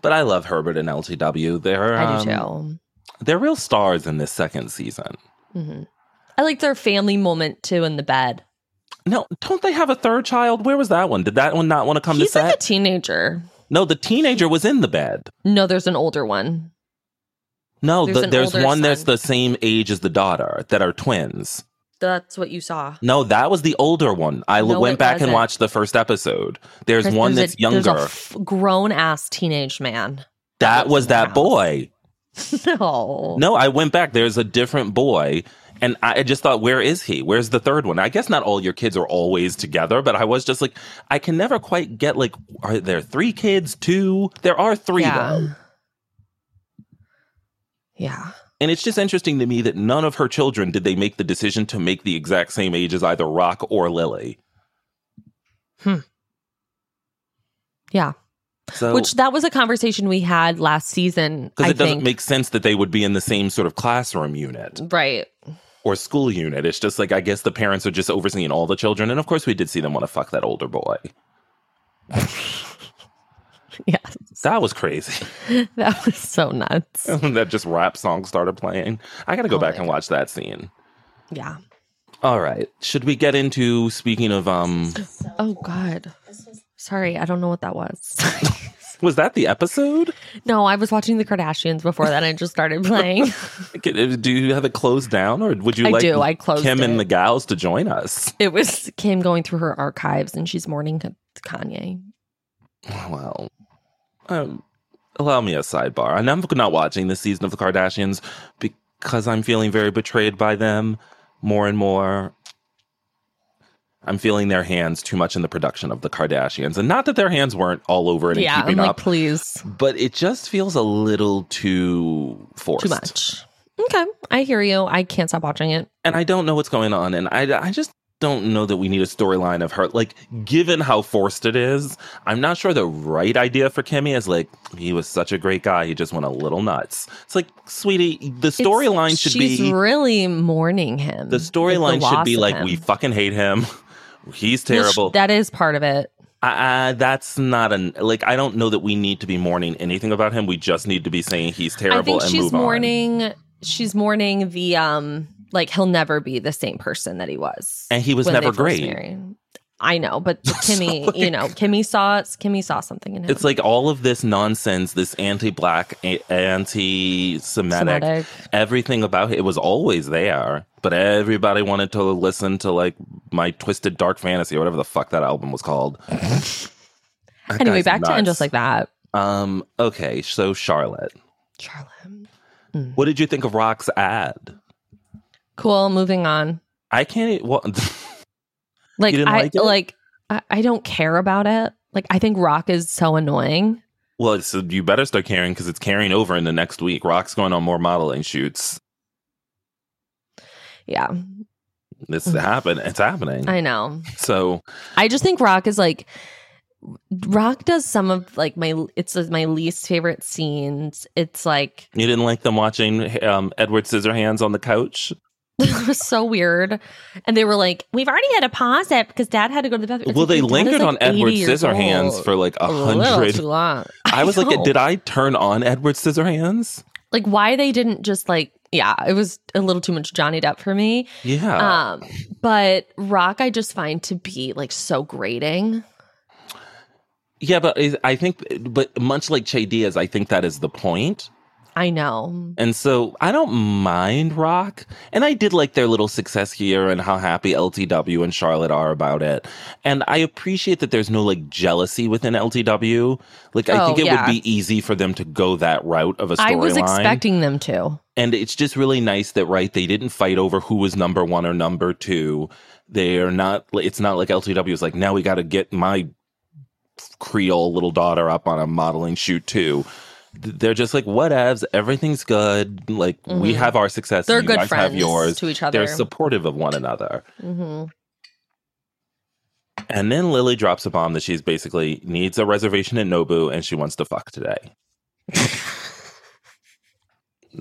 S2: But I love Herbert and LTW. They're
S1: I do
S2: um,
S1: too.
S2: they're real stars in this second season.
S1: Mm-hmm. I liked their family moment too in the bed.
S2: No, don't they have a third child? Where was that one? Did that one not want to come to
S1: He's
S2: set?
S1: like a teenager.
S2: no, the teenager was in the bed.
S1: No, there's an older one.
S2: No,
S1: There's
S2: there's,
S1: an
S2: the, there's
S1: older
S2: one that's
S1: son.
S2: the same age as the daughter that are twins.
S1: That's what you saw.
S2: No, that was the older one. I
S1: No,
S2: went
S1: it
S2: back
S1: wasn't.
S2: and watched the first episode. There's
S1: Chris,
S2: one
S1: there's
S2: that's
S1: a- there's a
S2: younger.
S1: f- grown ass teenage man.
S2: that was
S1: that house.
S2: that boy.
S1: no.
S2: No, I went back. There's a different boy. And I just thought, where is he? Where's the third one? I guess not all your kids are always together, but I was just like, I can never quite get like, are there three kids? Two? There are three though.
S1: Yeah. Yeah.
S2: And it's just interesting to me that none of her children did they make the decision to make the exact same age as either Rock or Lily.
S1: Yeah.
S2: So,
S1: Which
S2: because
S1: that was a conversation we had last season. I
S2: it doesn't
S1: think.
S2: make sense that they would be in the same sort of classroom unit
S1: right.
S2: or school unit. It's just like I guess the parents are just overseeing all the children. And of course, we did see them want to fuck that older boy.
S1: Yeah.
S2: That was crazy.
S1: That was so nuts.
S2: that just rap song started playing. I got to go
S1: Oh
S2: back
S1: my
S2: and watch that scene.
S1: Yeah.
S2: All right, should we get into speaking of um?
S1: Oh God. Sorry, I don't know what that was.
S2: Was that the episode?
S1: no, I was watching the Kardashians before that. I just started playing.
S2: Do you have it closed down, or would you
S1: I
S2: like
S1: do. I closed
S2: Kim
S1: it.
S2: and the gals to join us?
S1: it was Kim going through her archives, and she's mourning Kanye.
S2: Well, um, allow me a sidebar. And I'm not watching this season of The Kardashians because I'm feeling very betrayed by them more and more. I'm feeling their hands too much in the production of The Kardashians. And not that their hands weren't all over it and
S1: Yeah, I'm
S2: keeping
S1: like,
S2: up,
S1: please,
S2: but it just feels a little too forced.
S1: too much. Okay, I hear you. I can't stop watching it.
S2: And I don't know what's going on. And I, I just don't know that we need a storyline of her. Like, given how forced it is, I'm not sure the right idea for Kimmy is like, he was such a great guy. He just went a little nuts. It's like, sweetie, the
S1: It's-
S2: storyline should
S1: she's
S2: be
S1: really mourning him.
S2: the storyline should be like, we
S1: terrible.
S2: fucking hate him. He's terrible.
S1: that is part of it.
S2: I, I, that's not an like. I don't know that we need to be mourning anything about him. We just need to be saying he's terrible
S1: I think
S2: and
S1: she's
S2: move on.
S1: mourning. She's mourning the um, like he'll never be the same person that he was.
S2: And he was
S1: when they
S2: never
S1: first
S2: great.
S1: married. I know, but Kimmy, you know, Kimmy saw Kimmy saw something in him.
S2: It's like all of this nonsense, this anti-black, a- anti-Semitic,
S1: Semitic.
S2: everything about it, it was always there. But everybody wanted to listen to like my twisted dark fantasy or whatever the fuck that album was called. That
S1: anyway,
S2: guy's
S1: back to and
S2: nuts.
S1: just like that,
S2: Um. Okay. So Charlotte,
S1: Charlotte.
S2: what did you think of Rock's ad?
S1: Cool. Moving on.
S2: I can't. e- Well,
S1: Like
S2: You didn't
S1: I
S2: like
S1: like,
S2: it?
S1: I, I don't care about it. Like I think Rock is so annoying.
S2: well. So you better start carrying because it's carrying over into next week. Rock's going on more modeling shoots.
S1: Yeah,
S2: This happened. It's happening.
S1: Mm. I know.
S2: so
S1: I just think Rock is like Rock does some of like my it's my least favorite scenes. It's like
S2: You didn't like them watching um, Edward Scissorhands on the couch?
S1: it was so weird. And they were like, we've already had to pause it because dad had to go to the bathroom. It's
S2: well,
S1: like,
S2: they
S1: your dad is,
S2: lingered
S1: like,
S2: on Edward
S1: 80 years
S2: Scissorhands
S1: old.
S2: for like a
S1: little too
S2: hundred.
S1: long.
S2: I was like,
S1: know.
S2: did I turn on Edward Scissorhands?
S1: like why they didn't just like yeah, it was a little too much Johnny Depp for me.
S2: Yeah.
S1: Um, but Rock I just find to be like so grating.
S2: yeah, but is- I think, but much like Che Diaz, I think that is the point.
S1: I know.
S2: And so I don't mind rock. And I did like their little success here and how happy LTW and Charlotte are about it. And I appreciate that there's no like jealousy within LTW. Like I
S1: Oh,
S2: think it
S1: yeah.
S2: would be easy for them to go that route of a storyline.
S1: I was expecting them to.
S2: and it's just really nice that right they didn't fight over who was number one or number two they're not it's not like ltw is like now we got to get my creole little daughter up on a modeling shoot too Th- they're just like whatevs everything's good like we
S1: Mhm.
S2: have our success
S1: They're
S2: you
S1: good
S2: guys
S1: friends
S2: have yours
S1: to each other.
S2: they're supportive of one another
S1: Mhm.
S2: and then lily drops a bomb that she's basically needs a reservation at nobu and she wants to fuck today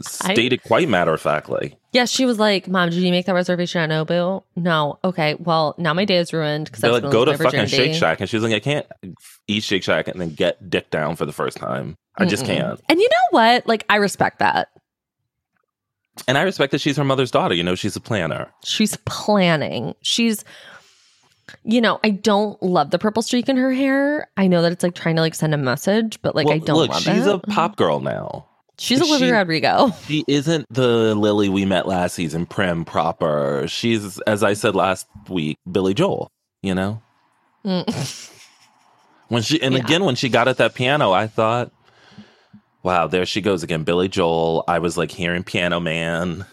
S2: stated quite matter-of-factly
S1: Yeah, she was like, "Mom, did you make that reservation at Nobu?" No. Okay. Well, now my day is ruined because I
S2: They're
S1: was
S2: like, go
S1: gonna
S2: to
S1: lose my
S2: fucking
S1: virginity."
S2: Shake Shack. And she's like, I can't eat Shake Shack and then get dick down for the first time. I just
S1: Mm-mm.
S2: can't.
S1: And you know what? Like, I respect that.
S2: And I respect that she's her mother's daughter. You know, she's a planner.
S1: She's planning. She's, you know, I don't love the purple streak in her hair. I know that it's like trying to like send a message, but like I
S2: Well,
S1: don't Mm-hmm.
S2: look,
S1: love
S2: she's
S1: it.
S2: a pop girl now.
S1: She's
S2: she-
S1: Olivia Rodrigo.
S2: She isn't the Lily we met last season, prim, proper. She's, as I said last week, Billy Joel, you know?
S1: Mm.
S2: When she and
S1: Yeah.
S2: again when she got at that piano, I thought, Wow, there she goes again. Billy Joel. I was like hearing piano man.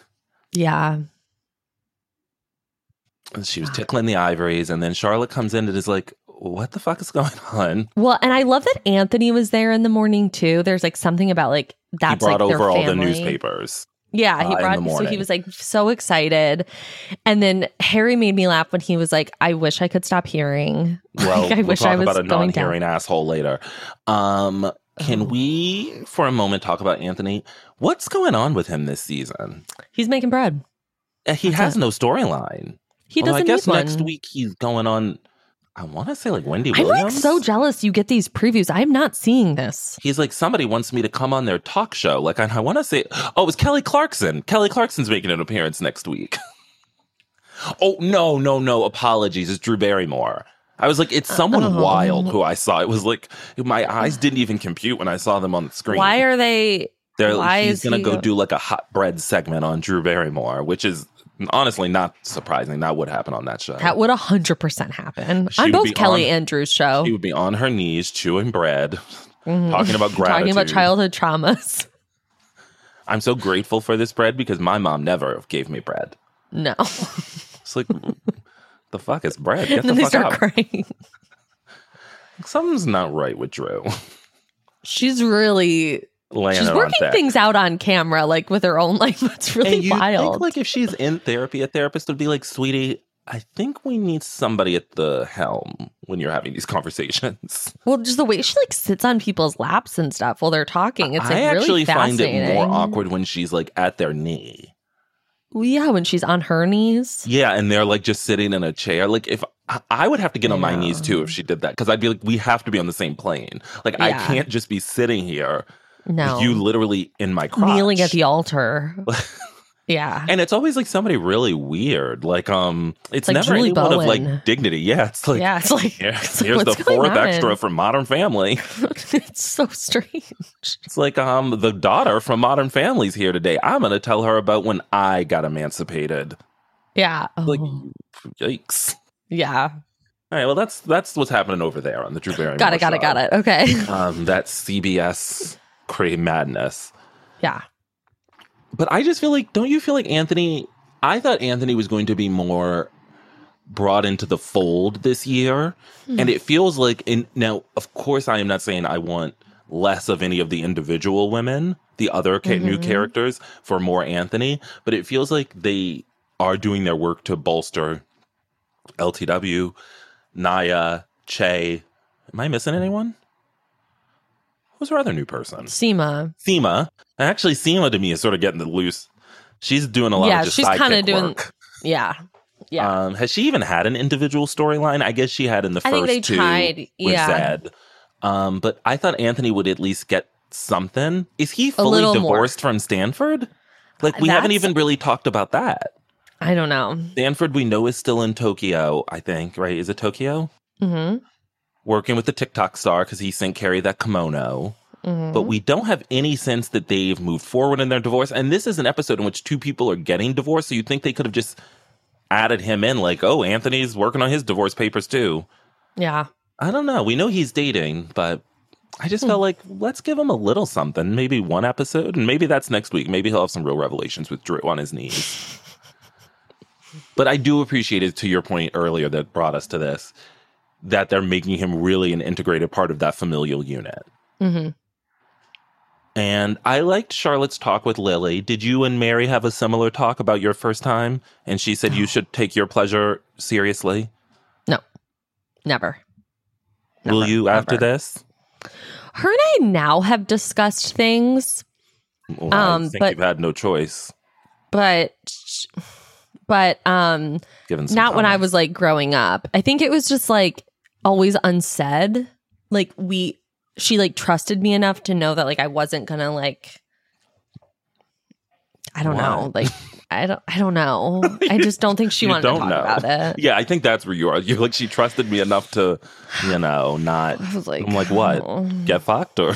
S1: yeah.
S2: And she was tickling the ivories, and then Charlotte comes in and is like, What the fuck is going on?
S1: Well, and I love that Anthony was there in the morning too. There's like something about like that's
S2: he
S1: like
S2: brought over
S1: their
S2: all the
S1: family.
S2: newspapers.
S1: Yeah,
S2: uh,
S1: he
S2: in the
S1: brought so he
S2: morning.
S1: was like so excited. And then Harry made me laugh when he was like, I wish I could stop hearing.
S2: Well,
S1: Like, I
S2: we'll
S1: wish
S2: talk
S1: I was
S2: about a
S1: going down.
S2: non-hearing asshole later. Um, can
S1: Oh.
S2: we, for a moment, talk about Anthony? What's going on with him this season?
S1: He's making bread.
S2: Uh, He
S1: That's
S2: has no storyline.
S1: He
S2: Although
S1: doesn't
S2: I guess
S1: need
S2: next
S1: one.
S2: week he's going on. I want to say like Wendy
S1: I'm
S2: Williams.
S1: like so jealous you get these previews. I'm not seeing this.
S2: He's like somebody wants me to come on their talk show. Like, and I want to say, oh, it was Kelly Clarkson. Kelly Clarkson's making an appearance next week. oh no, no, no! Apologies. It's Drew Barrymore. I was like, it's someone
S1: Oh.
S2: wild who I saw. It was like my eyes didn't even compute when I saw them on the screen.
S1: Why are they
S2: They're,
S1: why
S2: he's
S1: is
S2: gonna
S1: he
S2: go
S1: go-
S2: do like a hot bread segment on Drew Barrymore, which is honestly not surprising. That would happen on that show.
S1: that would hundred percent happen
S2: She
S1: on
S2: would
S1: both
S2: be
S1: Kelly
S2: on-
S1: and Drew's show.
S2: she would be on her knees chewing bread,
S1: Mhm.
S2: talking about gratitude.
S1: talking about childhood traumas.
S2: I'm so grateful for this bread because my mom never gave me bread.
S1: No.
S2: It's like, the fuck is bread? Get
S1: and
S2: the
S1: then they
S2: fuck
S1: start
S2: out.
S1: crying.
S2: Something's not right with Drew.
S1: She's really
S2: Laying
S1: she's
S2: it on
S1: working
S2: thick.
S1: things out on camera, like with her own life. That's really
S2: and you
S1: wild.
S2: think like if she's in therapy, a therapist would be like, "Sweetie, I think we need somebody at the helm when you're having these conversations."
S1: Well, just the way she like sits on people's laps and stuff while they're talking. It's like
S2: I
S1: really
S2: actually find
S1: fascinating.
S2: it more awkward when she's like at their knee.
S1: Well, yeah, when she's on her knees.
S2: Yeah, and they're like just sitting in a chair. Like if I- I would have to get on my
S1: Yeah.
S2: knees too if she did that because I'd be like, "We have to be on the same plane. Like I
S1: Yeah.
S2: can't just be sitting here
S1: No.
S2: with you literally in my crotch.
S1: kneeling at the altar. yeah.
S2: And it's always like somebody really weird. Like um it's,
S1: like
S2: never
S1: Julie
S2: anyone of
S1: Bowen.
S2: like dignity. Yeah, it's like
S1: yeah. It's like,
S2: here-
S1: it's like,
S2: here's the
S1: what's going
S2: fourth
S1: on?
S2: extra from Modern Family.
S1: it's so strange.
S2: It's like um the daughter from Modern Family's here today. I'm gonna tell her about when I got emancipated.
S1: Yeah. Oh,
S2: Like yikes.
S1: yeah.
S2: All right, well that's that's what's happening over there on the Drew Barrymore.
S1: Got it. Got it. Got it. Okay.
S2: Um that's CBS Crave Madness.
S1: yeah.
S2: But I just feel like, don't you feel like Anthony? I thought Anthony was going to be more brought into the fold this year. And it feels like, in, now, of course, I am not saying I want less of any of the individual women, the other ca- new
S1: Mhm.
S2: characters, for more Anthony, but it feels like they are doing their work to bolster LTW, Naya, Che. Am I missing anyone? Who's our other new person?
S1: Seema.
S2: Seema. Actually, Seema to me is sort of getting the loose. She's doing a lot
S1: Yeah,
S2: of just
S1: she's
S2: sidekick
S1: kinda doing-
S2: work.
S1: Yeah. Yeah.
S2: Um, has she even had an individual storyline? I guess she had in the
S1: I
S2: first
S1: think they
S2: two
S1: tried.
S2: with
S1: Yeah.
S2: Zed. Um, but I thought Anthony would at least get something. Is he fully
S1: little more.
S2: divorced from Stanford? Like we haven't
S1: That's-
S2: even really talked about that.
S1: I don't know.
S2: Stanford we know is still in Tokyo, I think, right? Is it Tokyo?
S1: Mm-hmm.
S2: Working with the TikTok star because he sent Carrie that kimono. but we don't have any sense that they've moved forward in their divorce. And this is an episode in which two people are getting divorced, so you'd think they could have just added him in, like, oh, Anthony's working on his divorce papers too.
S1: Yeah.
S2: I don't know. We know he's dating, but I
S1: Hmm.
S2: just felt like let's give him a little something, maybe one episode, and maybe that's next week. Maybe he'll have some real revelations with Drew on his knees. but I do appreciate it to your point earlier that brought us to this that they're making him really an integrated part of that familial unit.
S1: hmm
S2: And I liked Charlotte's talk with Lily. Did you and Mary have a similar talk about your first time? And she said you should take your pleasure seriously.
S1: Never.
S2: Will
S1: Never,
S2: you after
S1: never.
S2: this?
S1: Her and I now have discussed things,
S2: Well,
S1: Um,
S2: I think
S1: but-
S2: you've had no choice.
S1: but but um
S2: Given some
S1: not when I
S2: time.
S1: was like growing up. I think it was just like always unsaid. Like we she like trusted me enough to know that like I wasn't going to like I don't know. Like I don't I don't know. I just don't think she
S2: You
S1: wanted to
S2: don't
S1: talk
S2: know.
S1: about it.
S2: Yeah, I think that's where you are. You're like she trusted me enough to, you know, not
S1: I was like
S2: I'm like, what?
S1: oh.
S2: get fucked or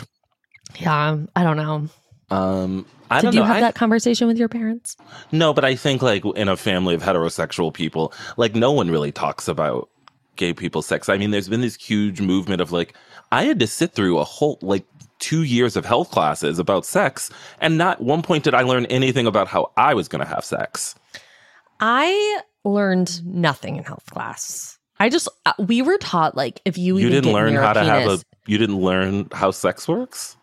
S1: Yeah, I don't know.
S2: um I
S1: Did
S2: don't
S1: you
S2: know.
S1: have
S2: I-
S1: that conversation with your parents?
S2: No, but I think like in a family of heterosexual people, like no one really talks about gay people's sex. I mean, there's been this huge movement of like I had to sit through a whole like 2 years of health classes about sex and not one point did I learn anything about how I was going to have sex.
S1: I learned nothing in health class. I just uh, we were taught like if you
S2: You
S1: even
S2: didn't
S1: get
S2: learn
S1: near
S2: how
S1: a
S2: to
S1: penis,
S2: have a you didn't learn how sex works?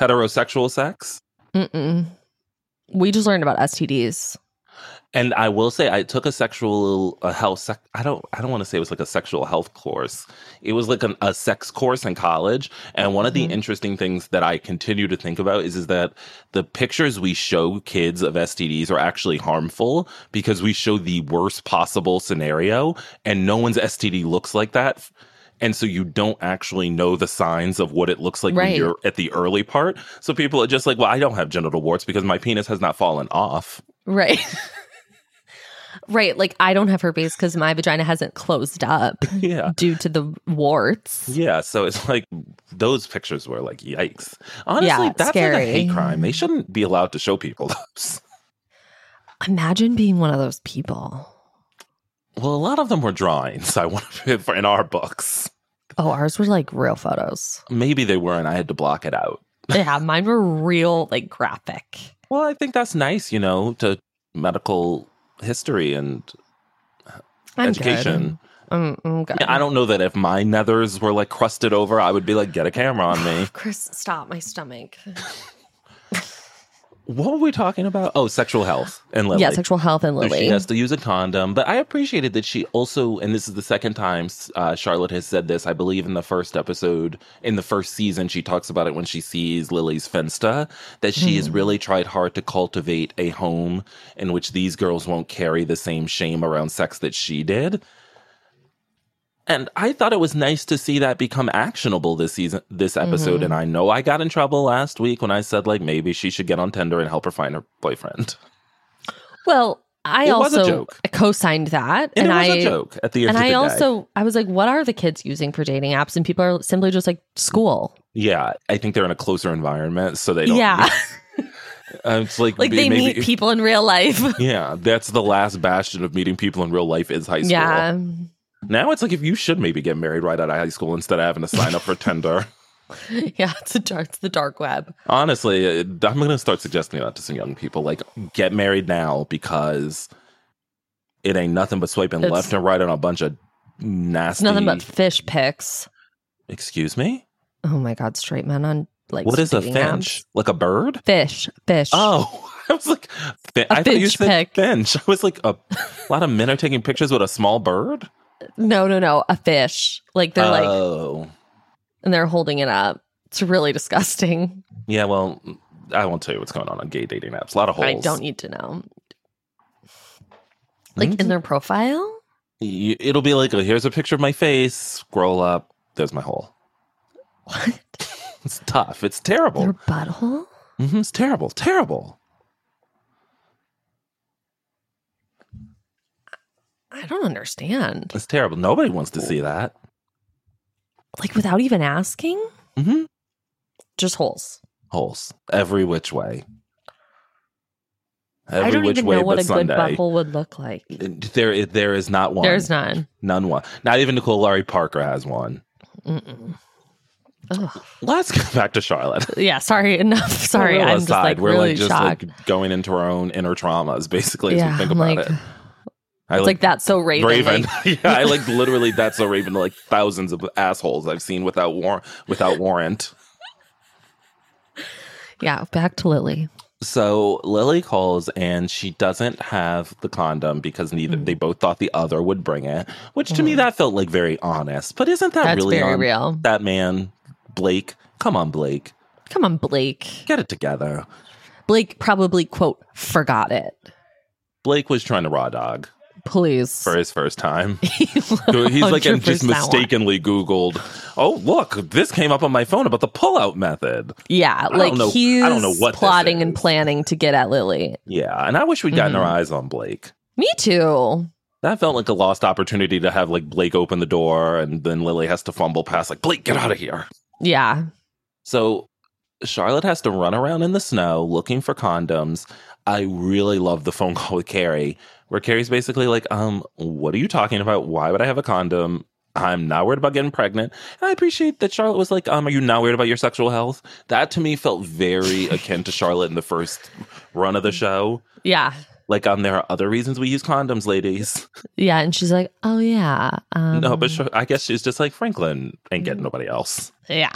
S2: Heterosexual sex?
S1: Mm-mm. We just learned about STDs.
S2: And I will say, I took a sexual a health. Sec- I don't. I don't want to say it was like a sexual health course. It was like an, a sex course in college. And one of the
S1: Mhm.
S2: interesting things that I continue to think about is is that the pictures we show kids of STDs are actually harmful because we show the worst possible scenario, and no one's STD looks like that. And so you don't actually know the signs of what it looks like
S1: Right.
S2: when you're at the early part. So people are just like, "Well, I don't have genital warts because my penis has not fallen off."
S1: Right. right. Like I don't have herpes because my vagina hasn't closed up
S2: Yeah.
S1: due to the warts.
S2: Yeah, so it's like those pictures were like yikes. Honestly,
S1: Yeah,
S2: that's like
S1: scary.
S2: a hate crime. They shouldn't be allowed to show people those.
S1: Imagine being one of those people.
S2: Well, a lot of them were drawings. I want for in our books.
S1: Oh, ours were like real photos.
S2: Maybe they were, and I had to block it out.
S1: Yeah, mine were real, like graphic.
S2: Well, I think that's nice, you know, to medical history and
S1: I'm
S2: education.
S1: Good. I'm, I'm good.
S2: Yeah, I don't know that if my nethers were like crusted over, I would be like, get a camera on me.
S1: Chris, stop my stomach.
S2: what were we talking about? Oh, sexual health and Lily.
S1: Yeah, sexual health and
S2: So
S1: Lily.
S2: She has to use a condom. But I appreciated that she also, and this is the second time uh, Charlotte has said this, I believe in the first episode, in the first season, she talks about it when she sees Lily's Finsta, that she has really tried hard to cultivate a home in which these girls won't carry the same shame around sex that she did. And I thought it was nice to see that become actionable this season, this episode. And I know I got in trouble last week when I said like maybe she should get on Tinder and help her find her boyfriend.
S1: Well, I
S2: It was a
S1: also
S2: joke.
S1: co-signed that, and,
S2: And, it was
S1: I
S2: a joke at the end
S1: and
S2: of the
S1: I
S2: day.
S1: also I was like, what are the kids using for dating apps? And people are simply just like school.
S2: Yeah, I think they're in a closer environment, so they don't.
S1: Yeah,
S2: Uh, it's like,
S1: like
S2: may-
S1: they
S2: maybe,
S1: meet people in real life.
S2: Yeah, that's the last bastion of meeting people in real life is high school.
S1: Yeah,
S2: Now it's like if you should maybe get married right out of high school instead of having to sign up for Tinder.
S1: yeah, it's a dark, it's the dark web.
S2: Honestly, uh, I'm going to start suggesting that to some young people. Like, get married now because it ain't nothing but swiping
S1: It's-
S2: left and right on a bunch of nasty.
S1: It's nothing but fish pics.
S2: Excuse me.
S1: Oh my god, straight men on like
S2: what is a
S1: dating
S2: finch?
S1: apps.
S2: Like a bird?
S1: Fish, fish.
S2: Oh, I was like, fin-
S1: A
S2: I thought you
S1: finch
S2: said
S1: pic.
S2: finch. I was like, a, lot of men are taking pictures with a small bird.
S1: no, no, no, a fish. Like they're like
S2: oh,
S1: and they're holding it up. It's really disgusting.
S2: yeah. Well, I won't tell you what's going on on gay dating apps. A lot of holes.
S1: I don't need to know. Like
S2: Hmm? Mm-hmm.
S1: in their profile.
S2: You- It'll be like, oh, here's a picture of my face. Scroll up. There's my hole.
S1: What?
S2: It's tough. It's terrible.
S1: Their butthole?
S2: hmm it's terrible. Terrible.
S1: I don't understand.
S2: It's terrible. Nobody wants to see that.
S1: Like without even asking?
S2: hmm
S1: Just holes.
S2: Holes every which way.
S1: I don't even know what a
S2: but Sunday.
S1: good butthole would look like.
S2: There, is- there is not one.
S1: There's none.
S2: none one. Not even Nicole Laurie Parker has one.
S1: Mm-mm. Ugh.
S2: Let's go back to Charlotte.
S1: Yeah, sorry, enough. Sorry,
S2: Real
S1: I'm just
S2: aside,
S1: like
S2: we're
S1: really
S2: like just
S1: shocked.
S2: like going into our own inner traumas, basically. as
S1: yeah,
S2: we think
S1: I'm
S2: about
S1: like,
S2: it. I
S1: it's like that's so Raven.
S2: Raven.
S1: like,
S2: yeah, I like literally that's a Raven to like thousands of assholes I've seen without war without warrant.
S1: yeah, back to Lily.
S2: So Lily calls and she doesn't have the condom because neither
S1: Mm.
S2: they both thought the other would bring it, which to me that felt like very honest. But isn't that
S1: That's
S2: really
S1: very
S2: on
S1: real.
S2: that man Blake? Come on, Blake,
S1: Come on, Blake.
S2: get it together.
S1: Blake probably quote forgot it.
S2: Blake was trying to raw dog
S1: Please.
S2: for his first time.
S1: Oh,
S2: He's like and
S1: 100%
S2: just
S1: one.
S2: mistakenly Googled. Oh look, this came up on my phone about the pullout method.
S1: Yeah,
S2: don't
S1: like
S2: know-
S1: he's
S2: I don't know what this
S1: plotting and
S2: is.
S1: planning to get at Lily.
S2: Yeah, and I wish we'd gotten our
S1: Mhm.
S2: eyes on Blake.
S1: Me too.
S2: That felt like a lost opportunity to have like Blake open the door and then Lily has to fumble past like Blake, get out of here.
S1: Yeah.
S2: So Charlotte has to run around in the snow looking for condoms. I really love the phone call with Carrie, where Carrie's basically like, um, what are you talking about? Why would I have a condom? I'm not worried about getting pregnant. And I appreciate that Charlotte was like, um, are you not worried about your sexual health? That to me felt very akin to Charlotte in the first run of the show.
S1: Yeah.
S2: Like, um, there are other reasons we use condoms, ladies.
S1: Yeah. And she's like, oh, yeah. Um,
S2: No, but sure, I guess she's just like Franklin ain't
S1: Mm-hmm.
S2: getting nobody else.
S1: Yeah.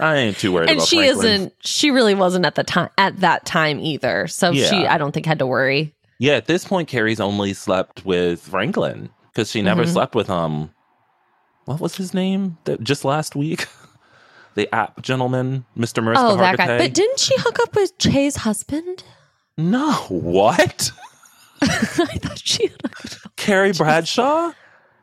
S2: I ain't too worried
S1: and
S2: about
S1: she
S2: Franklin.
S1: isn't, she really wasn't at the time, at that time either. So she,
S2: Yeah.
S1: I don't think, had to worry.
S2: Yeah, at this point, Carrie's only slept with Franklin because she never
S1: Mhm.
S2: slept with um, what was his name? That just last week, the app gentleman, Mister Marissa.
S1: oh, that guy.
S2: Hargitay.
S1: But didn't she hook up with Jay's husband?
S2: no, what?
S1: I thought she had.
S2: Carrie Bradshaw?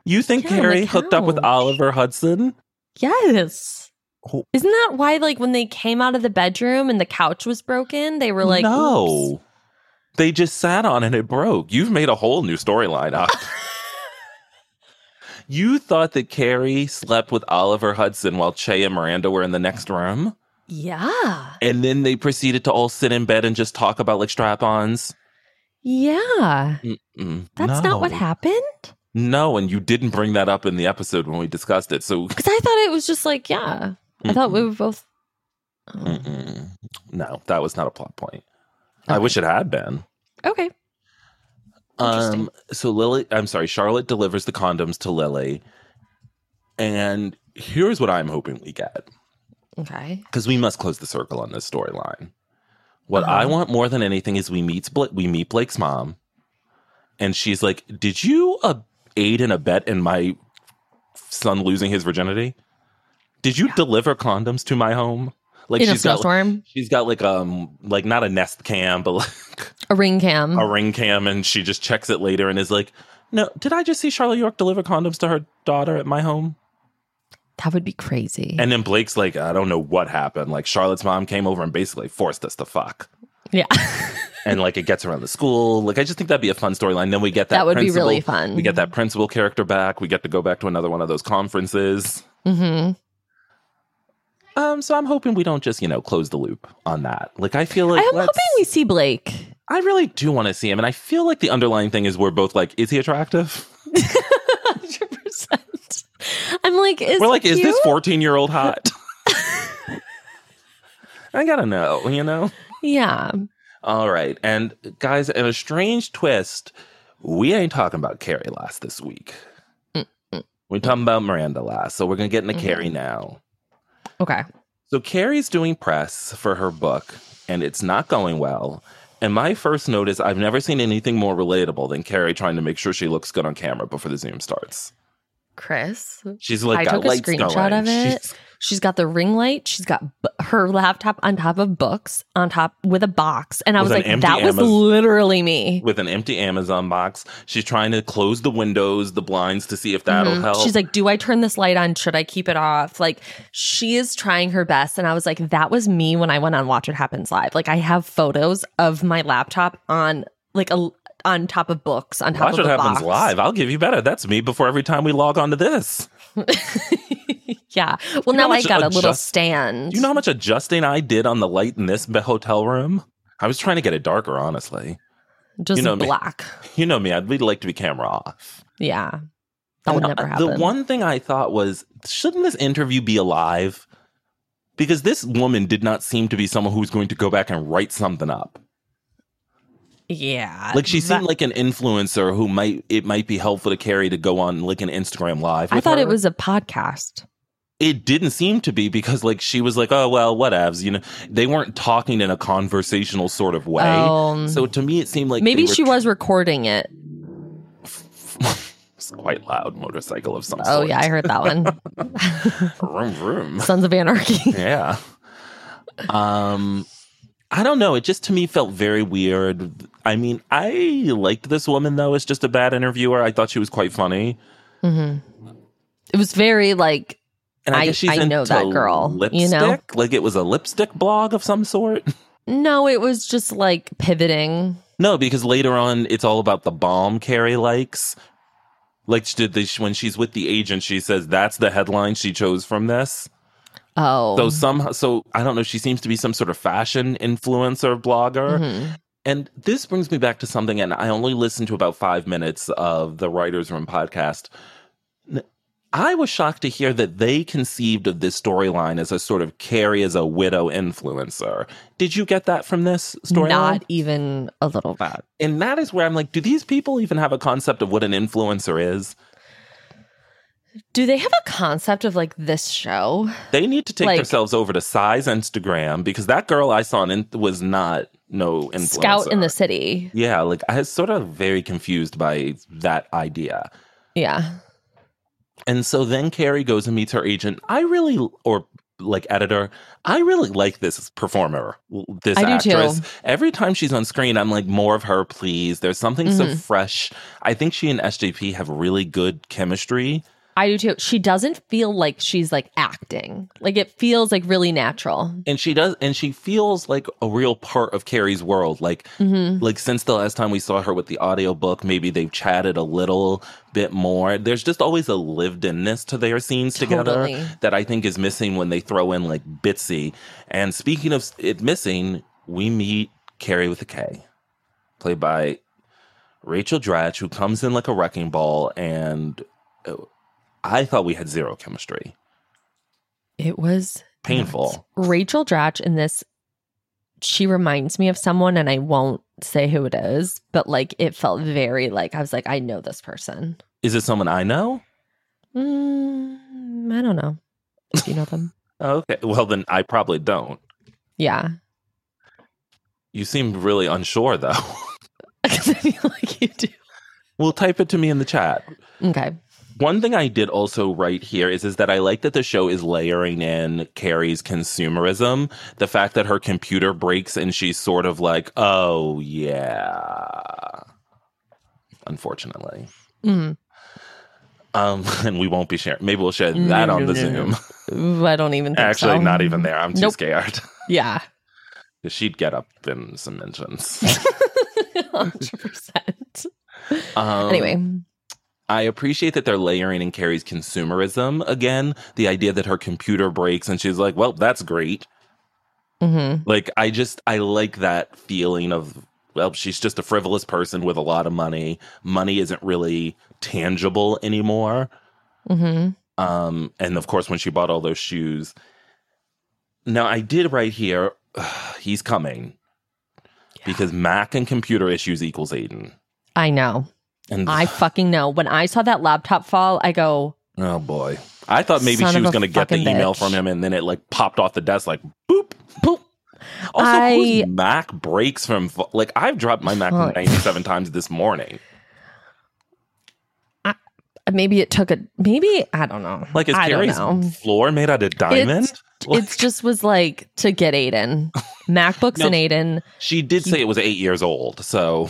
S2: You think
S1: Yeah, on the
S2: Carrie hooked up with
S1: couch.
S2: Oliver Hudson?
S1: Yes.
S2: Who-
S1: Isn't that why, like, when they came out of the bedroom and the couch was broken, they were like,
S2: no.
S1: "Oops."
S2: They just sat on and it broke. You've made a whole new storyline up. you thought that Carrie slept with Oliver Hudson while Che and Miranda were in the next room?
S1: Yeah.
S2: And then they proceeded to all sit in bed and just talk about like strap ons.
S1: Yeah.
S2: That's
S1: That's not what happened.
S2: No, and you didn't bring that up in the episode when we discussed it. So,
S1: Because I thought it was just like, yeah. I thought we were both. Oh,
S2: Mm. Mm-mm. no, that was not a plot point. I
S1: Okay.
S2: wish it had been.
S1: Okay. Interesting.
S2: Um, so Lily, I'm sorry, Charlotte delivers the condoms to Lily. And here's what I'm hoping we get
S1: Okay.
S2: because we must close the circle on this storyline. What
S1: Uh-huh.
S2: I want more than anything is we meet Bla- we meet Blake's mom, and she's like, "Did you uh, aid and abet in my son losing his virginity? Did you deliver condoms to my home? Like
S1: In a
S2: she's got like,
S1: snowstorm,
S2: she's got like um like not a Nest cam but like
S1: a ring cam.
S2: a ring cam, and she just checks it later and is like, "No, did I just see Charlotte York deliver condoms to her daughter at my home?"
S1: that would be crazy.
S2: And then Blake's like, I don't know what happened. Like Charlotte's mom came over and basically forced us to fuck.
S1: yeah.
S2: And like it gets around the school. Like I just think that'd be a fun storyline. Then we get that.
S1: That would be really
S2: principal-
S1: fun.
S2: We get that principal character back. We get to go back to another one of those conferences.
S1: hmm
S2: Um, so I'm hoping we don't just you know close the loop on that. Like I feel like
S1: I'm
S2: let's-
S1: hoping we see Blake.
S2: I really do want to see him, and I feel like the underlying thing is we're both like, is he attractive?
S1: 100%. I'm like, is
S2: we're like, is this
S1: cute?
S2: 14 year old hot? I gotta know, you know.
S1: Yeah.
S2: All right. And guys, in a strange twist, we ain't talking about Carrie last this week. We're talking about Miranda last. So we're going to get into
S1: Mm-hmm.
S2: Carrie now.
S1: Okay.
S2: So Carrie's doing press for her book, and it's not going well. And my first note is I've never seen anything more relatable than Carrie trying to make sure she looks good on camera before the Zoom starts.
S1: Chris,
S2: She's like,
S1: I
S2: got
S1: took a
S2: lights
S1: screenshot
S2: going.
S1: of it.
S2: She's-
S1: She's got the ring light. She's got b- her laptop on top of books, on top with a box. And I
S2: With
S1: was
S2: an
S1: like,
S2: empty
S1: that was
S2: Amaz-
S1: literally me.
S2: with an empty Amazon box. She's trying to close the windows, the blinds to see if that'll
S1: Mhm.
S2: help.
S1: She's like, Do I turn this light on? Should I keep it off? Like, she is trying her best. And I was like, That was me when I went on Watch What Happens Live. Like, I have photos of my laptop on, like, a, on top of books, on top
S2: Watch
S1: of
S2: what
S1: a
S2: happens
S1: box.
S2: live. I'll give you better. That's me before every time we log on to this.
S1: yeah. Well,
S2: You know
S1: now
S2: how
S1: I
S2: much
S1: got a little
S2: adjust-
S1: stand.
S2: Do you know how much adjusting I did on the light in this be- hotel room? I was trying to get it darker, honestly.
S1: just
S2: you know me.
S1: black.
S2: You know me, I'd really like to be camera off.
S1: Yeah, that would
S2: And, uh,
S1: never happen.
S2: The one thing I thought was, shouldn't this interview be alive? Because this woman did not seem to be someone who's going to go back and write something up.
S1: yeah,
S2: Like she
S1: that-
S2: seemed like an influencer who might it might be helpful to carry to go on like an Instagram live.
S1: I
S2: with
S1: thought it
S2: her.
S1: was a podcast.
S2: it didn't seem to be because like she was like, oh well, whatevs. You know, they weren't talking in a conversational sort of way.
S1: Um,
S2: So to me, it seemed like
S1: maybe
S2: they were
S1: she was recording it.
S2: It's quite loud motorcycle of some sort.
S1: Oh yeah, I heard that one.
S2: Vroom, vroom.
S1: Sons of Anarchy.
S2: Yeah. Um, I don't know. It just to me felt very weird. I mean, I liked this woman though. It's just a bad interviewer. I thought she was quite funny.
S1: hmm It was very like
S2: And I,
S1: I-
S2: guess she's
S1: I know
S2: into
S1: that girl,
S2: Lipstick,
S1: you know?
S2: like it was a lipstick blog of some sort.
S1: no, it was just like pivoting.
S2: No, because later on, it's all about the bomb Carrie likes. Like she did this when she's with the agent, she says that's the headline she chose from this.
S1: Oh,
S2: So somehow, so I don't know. She seems to be some sort of fashion influencer blogger,
S1: Mhm.
S2: and this brings me back to something. And I only listened to about five minutes of the Writers Room podcast. N- I was shocked to hear that they conceived of this storyline as a sort of Carrie as a widow influencer. Did you get that from this storyline?
S1: not even a little bit.
S2: And that is where I'm like, do these people even have a concept of what an influencer is?
S1: Do they have a concept of like this show?
S2: They need to take
S1: Like-
S2: themselves over to Size Instagram because that girl I saw on in- was not no influencer.
S1: Scout in the city.
S2: Yeah, like I was sort of very confused by that idea.
S1: Yeah.
S2: And so then Carrie goes and meets her agent. I really, or like editor, I really like this performer, this
S1: I do too.
S2: actress. Every time she's on screen, I'm like, more of her, please. There's something so
S1: Mhm.
S2: fresh. I think she and SJP have really good chemistry.
S1: I do too. She doesn't feel like she's like acting. Like it feels like really natural.
S2: And she does, and she feels like a real part of Carrie's world. Like,
S1: hmm
S2: like since the last time we saw her with the audiobook maybe they've chatted a little bit more there's just always a lived inness to their scenes
S1: Totally.
S2: together that i think is missing when they throw in like bitsy and speaking of it missing we meet carrie with a k played by rachel dratch who comes in like a wrecking ball and uh, i thought we had zero chemistry
S1: It was
S2: painful
S1: nuts. Rachel Dratch in this, she reminds me of someone, and I won't say who it is, but like it felt very like I was like, I know this person.
S2: is it someone i know
S1: Mm, I don't know. Do you know them?
S2: Oh, okay well then i probably don't
S1: yeah.
S2: you seem really unsure though
S1: Because I feel like you do.
S2: Well, type it to me in the chat.
S1: Okay.
S2: One thing I did also write here is is that I like that the show is layering in Carrie's consumerism, the fact that her computer breaks and she's sort of like, "Oh yeah." Unfortunately.
S1: Mm.
S2: Um and we won't be sharing. Maybe we'll share
S1: No,
S2: that on
S1: no, no,
S2: the
S1: no.
S2: Zoom.
S1: Ooh, I don't even think
S2: Actually,
S1: so.
S2: not even there. I'm too
S1: Nope.
S2: scared.
S1: Yeah.
S2: 'Cause she'd get up in some mentions.
S1: 100%.
S2: Um,
S1: anyway.
S2: I appreciate that they're layering in Carrie's consumerism again, the idea that her computer breaks and she's like, "Well, that's great."
S1: hmm
S2: Like I just I like that feeling of well, she's just a frivolous person with a lot of money. Money isn't really tangible anymore.
S1: hmm
S2: Um and of course when she bought all those shoes. Now I did right here, he's coming. Because Mac and computer issues equals Aiden.
S1: I know.
S2: And
S1: I fucking know. When I saw that laptop fall, I go,
S2: oh boy. I thought maybe
S1: Son
S2: she
S1: of
S2: was
S1: a
S2: going to get the
S1: fucking
S2: email
S1: bitch.
S2: from him and then it like popped off the desk like boop.
S1: boop.
S2: Also,
S1: I-
S2: whose Mac breaks from vo- like I've dropped my Mac
S1: Oh.
S2: 97 times this morning.
S1: Maybe it took a, maybe, I don't know.
S2: Like is
S1: I don't
S2: Carrie's
S1: know.
S2: floor made out of diamond? Like,
S1: It's just was like to get Aiden. MacBooks
S2: No.
S1: and Aiden.
S2: she did say it was eight years old, so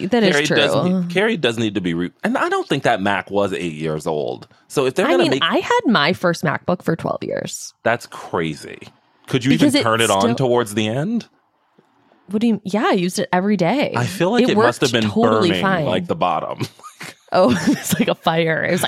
S1: That is
S2: Carrie
S1: true.
S2: does need, Carrie does need to be. Re- and I don't think that Mac was eight years old. So if they're
S1: I
S2: gonna
S1: mean,
S2: make
S1: I had my first MacBook for 12 years.
S2: that's crazy. Could you even
S1: Because it
S2: turn it on
S1: still-
S2: towards the end?
S1: What do you, yeah, I used it every day.
S2: I feel like it, must
S1: worked
S2: have been
S1: totally
S2: burning
S1: fine.
S2: like the bottom.
S1: Oh, it's like a fire. It was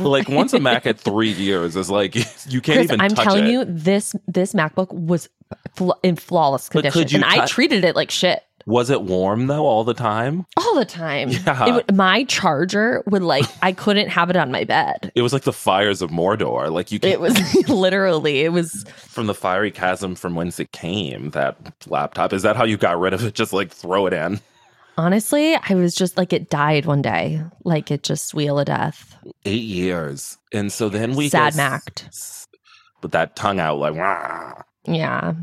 S1: like,
S2: like once a Mac at three years is like you can't
S1: Chris,
S2: even.
S1: I'm
S2: touch
S1: telling
S2: it.
S1: you, this this MacBook was fl- in flawless
S2: But could
S1: condition,
S2: you
S1: and I
S2: cut-
S1: treated it like shit
S2: was it warm though all the time?
S1: all the time.
S2: Yeah.
S1: It would, my charger would like I couldn't have it on my bed.
S2: It was like the fires of Mordor. Like you
S1: It
S2: can
S1: was literally it was
S2: from the fiery chasm from whence it came. That laptop is that how you got rid of it? Just like throw it in.
S1: honestly I was just like it died one day, like it just wheel of death.
S2: Eight years, and so then we
S1: Sad
S2: go s-
S1: Mac.
S2: s- with that tongue out like. Wah.
S1: Yeah.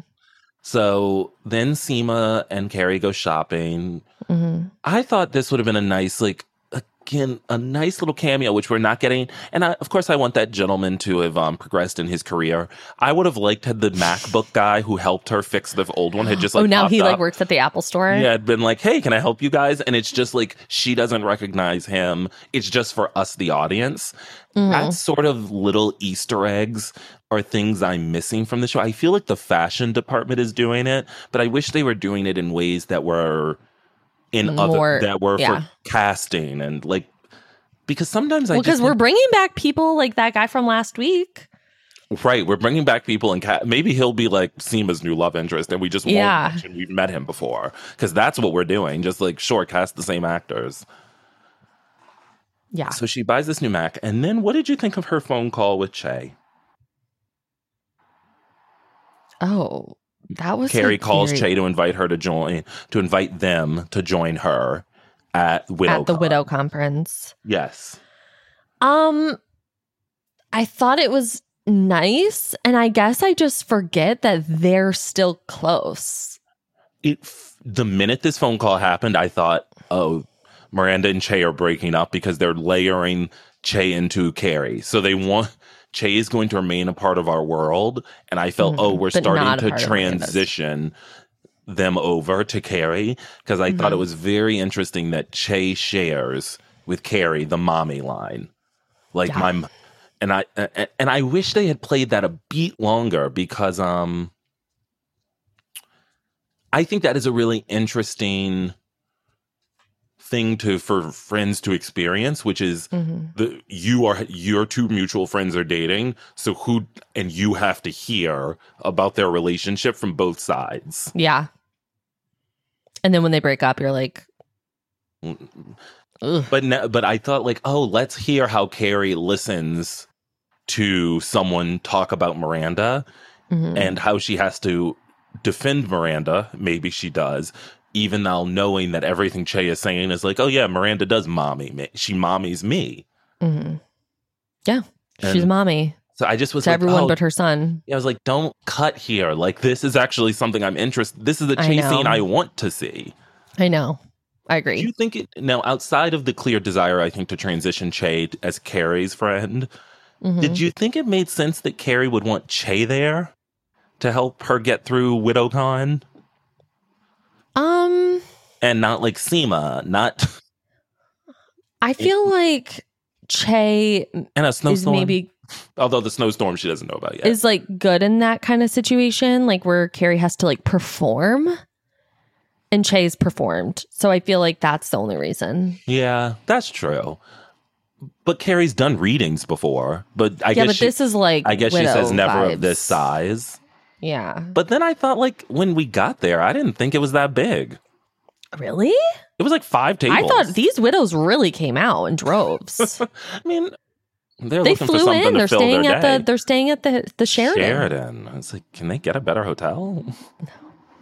S2: So then Seema and Carrie go shopping.
S1: hmm
S2: I thought this would have been a nice, like, again, a nice little cameo, which we're not getting. And I, of course, I want that gentleman to have um, progressed in his career. I would have liked had the MacBook guy who helped her fix the old one had just like
S1: oh, now he
S2: popped
S1: like
S2: up.
S1: works at the Apple Store.
S2: Yeah, had been like, hey, can I help you guys? And it's just like she doesn't recognize him. It's just for us, the audience.
S1: Mhm.
S2: That sort of little Easter eggs are things I'm missing from the show. I feel like the fashion department is doing it, but I wish they were doing it in ways that were in
S1: More-
S2: other that were
S1: yeah.
S2: for casting and like because sometimes I
S1: Well,
S2: just
S1: because we're bringing back people like that guy from last week.
S2: think- right we're bringing back people and ca- maybe he'll be like Seema's new love interest and we just won't
S1: Yeah.
S2: mention we've met him before because that's what we're doing just like sure cast the same actors
S1: Yeah.
S2: So she buys this new Mac. And then what did you think of her phone call with Che?
S1: Oh, that was
S2: Carrie
S1: like,
S2: calls
S1: very-
S2: Che to invite her to join, to invite them to join her at Widow.
S1: at the widow conference.
S2: Yes.
S1: Um, I thought it was nice, and I guess I just forget that they're still close.
S2: It, f- the minute this phone call happened, I thought, oh, Miranda and Che are breaking up because they're layering Che into Carrie. So they want. Che is going to remain a part of our world. And I felt,
S1: Mhm.
S2: oh, we're
S1: But not a
S2: starting to
S1: part of any of us.
S2: transition them over to Carrie because I thought
S1: Mhm.
S2: it was very interesting that Che shares with Carrie the mommy line. Like
S1: Yeah.
S2: my m- and I a- and I wish they had played that a beat longer because um I think that is a really interesting thing to for friends to experience which is
S1: Mhm.
S2: the you are your two mutual friends are dating so who and you have to hear about their relationship from both sides
S1: Yeah. And then when they break up, you're like, Mm-hmm. Ugh.
S2: But no, but I thought like, oh, let's hear how Carrie listens to someone talk about Miranda
S1: Mhm.
S2: and how she has to defend Miranda. Maybe she does, even though knowing that everything Che is saying is like, oh yeah, Miranda does mommy me. She mommies me.
S1: Mhm. yeah, she's
S2: And-
S1: mommy
S2: So I just was
S1: to
S2: like,
S1: everyone
S2: oh,
S1: but her son.
S2: I was like, don't cut here. Like this is actually something I'm interested. This is the
S1: I
S2: Che scene
S1: know.
S2: I want to see.
S1: I know. I
S2: Do
S1: agree.
S2: you think it now outside of the clear desire, I think, to transition Che as Carrie's friend?
S1: Mhm.
S2: Did you think it made sense that Carrie would want Che there to help her get through WidowCon
S1: um,
S2: and not like Seema, not
S1: I feel like Che
S2: and a
S1: is
S2: snowstorm?
S1: maybe
S2: although the snowstorm she doesn't know about yet.
S1: is like good in that kind of situation, like where Carrie has to like perform and Che's performed. So I feel like that's the only reason.
S2: yeah, that's true. But Carrie's done readings before, but I
S1: yeah,
S2: guess
S1: but
S2: she,
S1: this is like
S2: I guess she
S1: widow
S2: says never
S1: vibes.
S2: of this size.
S1: Yeah.
S2: But then I thought like when we got there, I didn't think it was that big.
S1: Really?
S2: It was like five tables.
S1: I thought these widows really came out in droves.
S2: I mean, they're
S1: they
S2: looking for
S1: flew
S2: something
S1: in.
S2: to
S1: They're
S2: fill
S1: staying
S2: their
S1: at
S2: day.
S1: the they're staying at the the Sheridan.
S2: Sheridan. It's like, can they get a better hotel?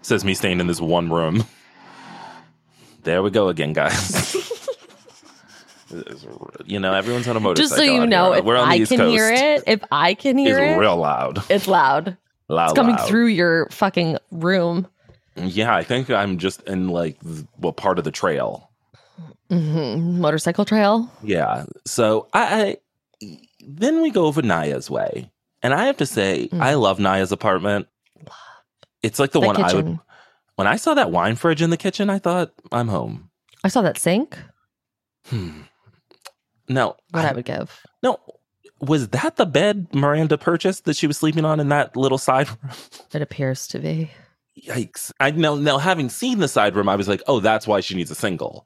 S2: Says me staying in this one room. There we go again, guys. you know, everyone's on a motorcycle.
S1: Just so you
S2: out
S1: know,
S2: here.
S1: if I can hear it, if I can hear
S2: it's
S1: it,
S2: real loud.
S1: it's loud.
S2: Loud,
S1: It's coming
S2: loud.
S1: through your fucking room.
S2: Yeah, I think I'm just in like th- well part of the trail.
S1: hmm Motorcycle trail.
S2: Yeah. So I, I then we go over Naya's way, and I have to say
S1: Mm.
S2: I love Naya's apartment. It's like the,
S1: The
S2: one I would
S1: kitchen.
S2: When I saw that wine fridge in the kitchen, I thought, I'm home.
S1: I saw that sink.
S2: Hmm. No,
S1: What I,
S2: I-
S1: would give.
S2: no. Was that the bed Miranda purchased that she was sleeping on in that little side room?
S1: It appears to be.
S2: Yikes! I know now. Having seen the side room, I was like, oh, that's why she needs a single.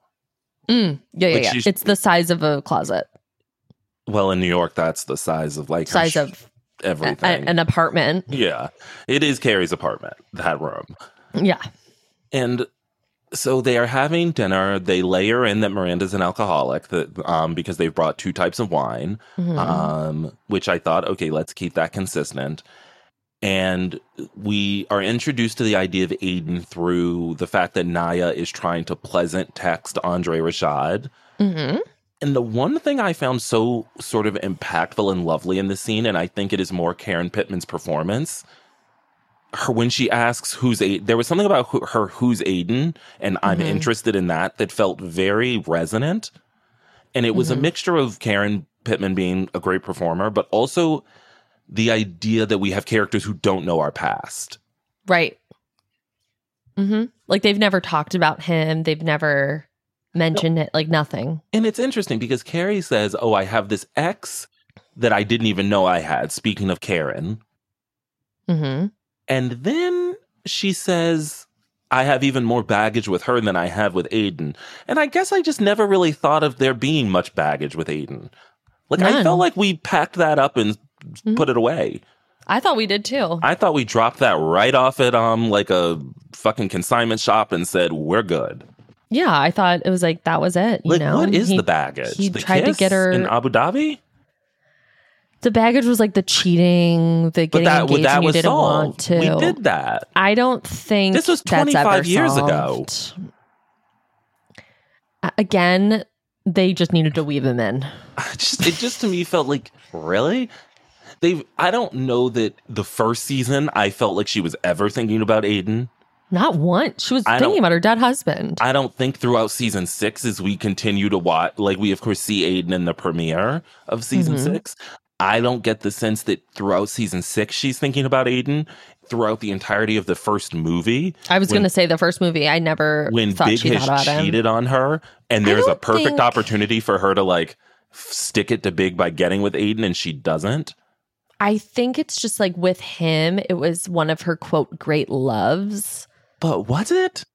S1: Mm, yeah, yeah,
S2: Which
S1: yeah.
S2: is-
S1: It's the size of a closet,
S2: Well, in New York, that's the size of like
S1: size
S2: her sh-
S1: of a- a-
S2: everything.
S1: an apartment.
S2: yeah, it is Carrie's apartment. That room.
S1: Yeah.
S2: And so they are having dinner. They layer in that Miranda's an alcoholic that, um, because they've brought two types of wine,
S1: Mhm.
S2: um, which I thought, okay, let's keep that consistent. And we are introduced to the idea of Aiden through the fact that Naya is trying to pleasant text Andre Rashad.
S1: Mhm.
S2: And the one thing I found so sort of impactful and lovely in this scene, and I think it is more Karen Pittman's performance, her when she asks who's Aiden, there was something about who, her who's Aiden, and I'm
S1: Mhm.
S2: interested in that that felt very resonant. And it was
S1: Mhm.
S2: a mixture of Karen Pittman being a great performer, but also the idea that we have characters who don't know our past.
S1: Right. hmm Like they've never talked about him. They've never mentioned it. Like nothing.
S2: And it's interesting because Carrie says, Oh, I have this ex that I didn't even know I had. Speaking of Karen.
S1: hmm
S2: And then she says, I have even more baggage with her than I have with Aiden. And I guess I just never really thought of there being much baggage with Aiden. Like, I
S1: None.
S2: felt like we packed that up and
S1: Mhm.
S2: put it away.
S1: I thought we did too.
S2: I thought we dropped that right off at, um, like a fucking consignment shop and said, we're good.
S1: yeah, I thought it was like that was it. You
S2: Like,
S1: know,
S2: what is
S1: He-
S2: the baggage?
S1: he
S2: the
S1: tried to
S2: kiss
S1: get her-
S2: in Abu Dhabi?
S1: The baggage was like the cheating, the
S2: But
S1: getting
S2: that,
S1: engaged
S2: that
S1: when you
S2: was
S1: didn't want
S2: solved.
S1: to.
S2: We did that.
S1: I don't think
S2: This was
S1: that's
S2: 25
S1: ever
S2: years ago.
S1: solved. A- Again, they just needed to weave him in.
S2: I just it just to me felt like really they've i don't know that the first season i felt like she was ever thinking about aiden
S1: Not once. She was
S2: I
S1: thinking
S2: don't-
S1: about her dead husband.
S2: i don't think throughout season six as we continue to watch like we of course see aiden in the premiere of season
S1: Mhm.
S2: six i don't get the sense that throughout season six she's thinking about aiden throughout the entirety of the first movie
S1: I was
S2: when-
S1: going to say the first movie. I never
S2: when
S1: thought
S2: big
S1: she thought about
S2: has
S1: him.
S2: cheated on her and there's a
S1: don't
S2: perfect
S1: think-
S2: opportunity for her to like f- stick it to big by getting with aiden and she doesn't
S1: I think it's just like with him, it was one of her quote great loves.
S2: but was it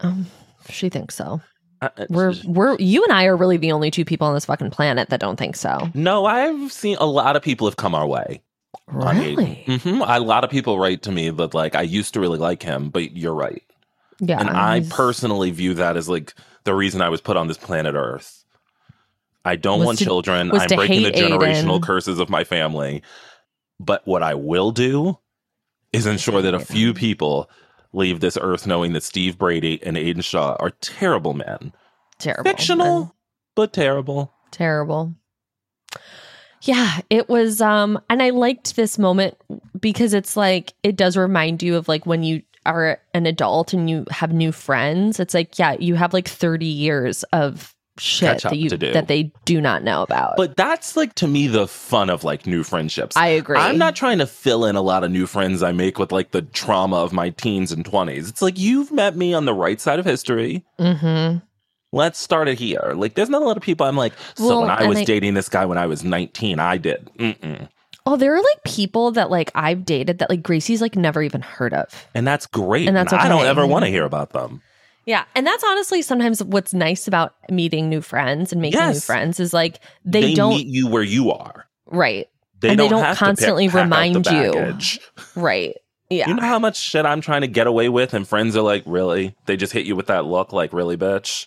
S1: Um, she thinks so.
S2: I- I-
S1: We're we're you and I are really the only two people on this fucking planet that don't think so.
S2: No, I've seen a lot of people have come our way. on Aiden.
S1: Really?
S2: Mhm. A lot of people write to me that like I used to really like him, but you're right.
S1: Yeah.
S2: and I
S1: he's-
S2: personally view that as like the reason I was put on this planet Earth. I don't
S1: Was
S2: want
S1: to-
S2: children.
S1: was
S2: I'm
S1: to
S2: breaking the
S1: hate
S2: generational
S1: Aiden.
S2: curses of my family. But what I will do is ensure that a
S1: hate
S2: few
S1: Aiden.
S2: people leave this earth knowing that Steve Brady and Aiden Shaw are terrible men.
S1: terrible.
S2: Fictional,
S1: man.
S2: but terrible.
S1: Terrible. Yeah, it was um and I liked this moment because it's like it does remind you of like when you are an adult and you have new friends. It's like, yeah, you have like 30 years of shit
S2: Catch up
S1: that you
S2: to do.
S1: that they do not know about.
S2: But that's like to me the fun of like new friendships.
S1: I agree.
S2: I'm not trying to fill in a lot of new friends I make with like the trauma of my teens and 20s. It's like you've met me on the right side of history.
S1: Mhm.
S2: Let's start it here. Like, there's not a lot of people I'm like, so
S1: Well,
S2: when I
S1: and
S2: was
S1: I-
S2: dating this guy when I was 19, I did. Mm-mm.
S1: Oh, there are like people that like I've dated that like Gracie's like never even heard of.
S2: And that's great.
S1: And that's
S2: I don't
S1: okay.
S2: ever want to hear about them.
S1: Yeah, and that's honestly sometimes what's nice about meeting new friends and making new
S2: Yes.
S1: friends is like they, don't
S2: meet you where you are.
S1: right,
S2: They
S1: And they
S2: don't,
S1: don't
S2: have to pick-
S1: constantly
S2: pack out the
S1: remind you.
S2: baggage.
S1: right. Yeah.
S2: You know how much shit I'm trying to get away with, and friends are like, really? They just hit you with that look, like, really, bitch?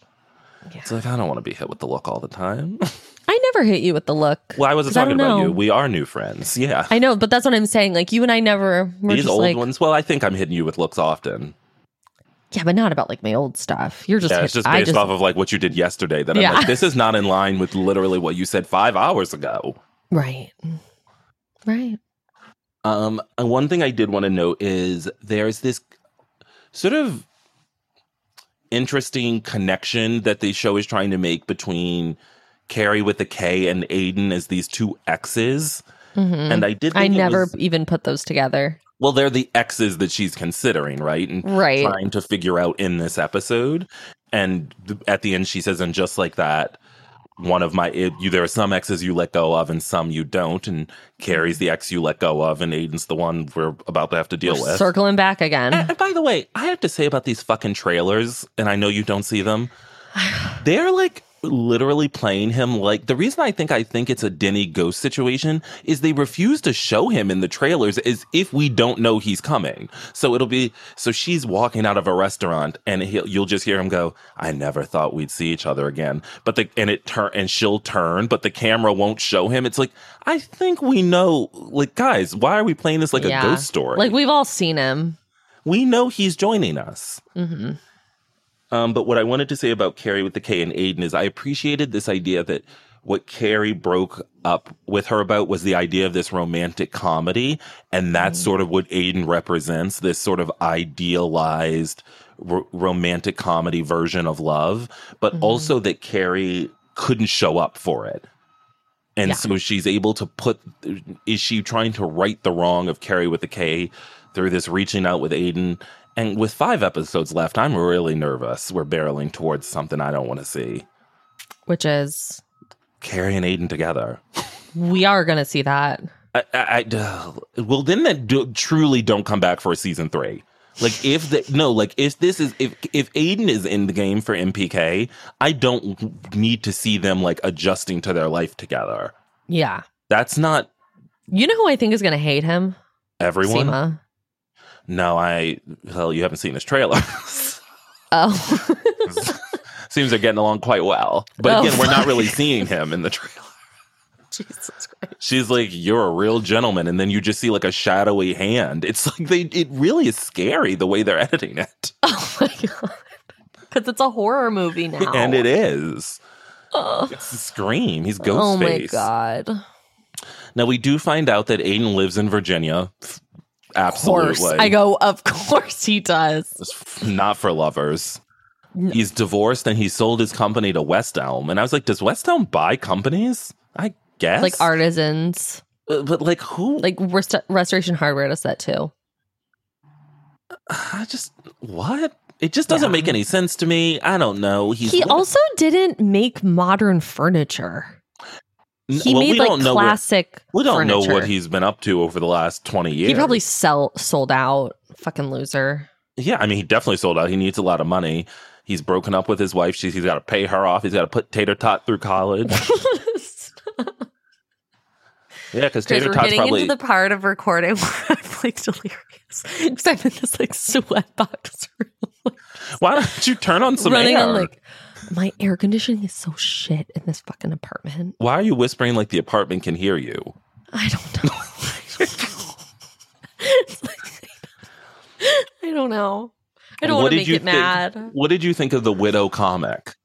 S1: Yeah.
S2: It's like, I don't want to be hit with the look all the time.
S1: I never hit you with the look.
S2: Why was it
S1: 'Cause I
S2: talking
S1: don't
S2: about
S1: know.
S2: you? We are new friends. Yeah.
S1: I know, but that's what I'm saying. Like you and I never were
S2: These
S1: just
S2: old
S1: like
S2: ones. Well, I think I'm hitting you with looks often.
S1: yeah, but not about like my old stuff. You're just
S2: yeah, it's just
S1: I
S2: based
S1: just
S2: off of like what you did yesterday. That
S1: Yeah.
S2: I'm like, this is not in line with literally what you said five hours ago.
S1: right, right.
S2: Um, and one thing I did want to note is there's this sort of interesting connection that the show is trying to make between Carrie with a K and Aiden as these two exes.
S1: hmm
S2: And I did. Think
S1: I
S2: it
S1: never
S2: was-
S1: even put those together.
S2: well, they're the exes that she's considering, right? And
S1: Right.
S2: trying to figure out in this episode. And th- at the end, she says, and just like that, one of my, it, you, there are some exes you let go of and some you don't. And Carrie's the ex you let go of, and Aiden's the one we're about to have to deal with.
S1: Circling back again.
S2: and, and by the way, I have to say about these fucking trailers, and I know you don't see them, They're like literally playing him like the reason I think I think it's a Denny ghost situation is they refuse to show him in the trailers is if we don't know he's coming. So it'll be so she's walking out of a restaurant and he'll, you'll just hear him go, "I never thought we'd see each other again." But the and it turn and she'll turn, but the camera won't show him. It's like I think we know, like guys, why are we playing this like
S1: Yeah.
S2: a ghost story?
S1: Like we've all seen him.
S2: we know he's joining us.
S1: hmm
S2: Um, but what I wanted to say about Carrie with the K and Aiden is I appreciated this idea that what Carrie broke up with her about was the idea of this romantic comedy. And that's sort of what Aiden represents this sort of idealized r- romantic comedy version of love, but also that Carrie couldn't show up for it. And
S1: Yeah.
S2: so she's able to put, is she trying to right the wrong of Carrie with the K through this reaching out with Aiden? And with five episodes left, I'm really nervous. We're barreling towards something I don't want to see.
S1: Which is
S2: Carrie and Aiden together.
S1: we are gonna see that.
S2: I, I, I ugh. well, then that do, truly don't come back for season three. Like if the no, like if this is if if Aiden is in the game for MPK, I don't need to see them like adjusting to their life together.
S1: Yeah.
S2: That's not
S1: You know who I think is gonna hate him?
S2: everyone.
S1: Seema.
S2: No, I hell, you haven't seen this trailer.
S1: Oh.
S2: Seems they're getting along quite well, but
S1: Oh,
S2: again, we're not
S1: fuck.
S2: really seeing him in the trailer.
S1: Jesus Christ.
S2: She's like, "You're a real gentleman," and then you just see like a shadowy hand. It's like they. It really is scary the way they're editing it,
S1: Oh my god. Because it's a horror movie now.
S2: and it is.
S1: Ugh.
S2: It's a scream. He's Ghostface.
S1: Oh my god.
S2: Now we do find out that Aiden lives in Virginia. F-
S1: Of course.
S2: Absolutely,
S1: I go, of course he does.
S2: It's f- not for lovers. He's divorced and he sold his company to West Elm. And I was like, does West Elm buy companies? I guess.
S1: Like artisans.
S2: But, Uh, but, like who?
S1: Like rest- restoration hardware does that too.
S2: I just what? It just doesn't
S1: Yeah.
S2: make any sense to me. I don't know. He's
S1: he
S2: what-
S1: also didn't make modern furniture.
S2: N-
S1: He
S2: well,
S1: made
S2: we
S1: like
S2: don't know what,
S1: classic.
S2: we don't know what
S1: furniture.
S2: he's been up to over the last twenty years.
S1: He probably sell sold out. Fucking loser.
S2: Yeah, I mean, he definitely sold out. He needs a lot of money. He's broken up with his wife. She's, he's got to pay her off. He's got to put Tater Tot through college. yeah, because
S1: Chris,
S2: Tater
S1: we're
S2: Tot's
S1: getting
S2: probably
S1: into the part of recording where I'm like delirious because I'm in this like sweat box room, like,
S2: Why don't you turn on some
S1: running
S2: air?
S1: on like my air conditioning is so shit in this fucking apartment.
S2: Why are you whispering like the apartment can hear you?
S1: I don't know. It's like- I don't know. I don't
S2: What
S1: want to
S2: did
S1: make
S2: you
S1: it
S2: think?
S1: mad.
S2: What did you think of the widow comic,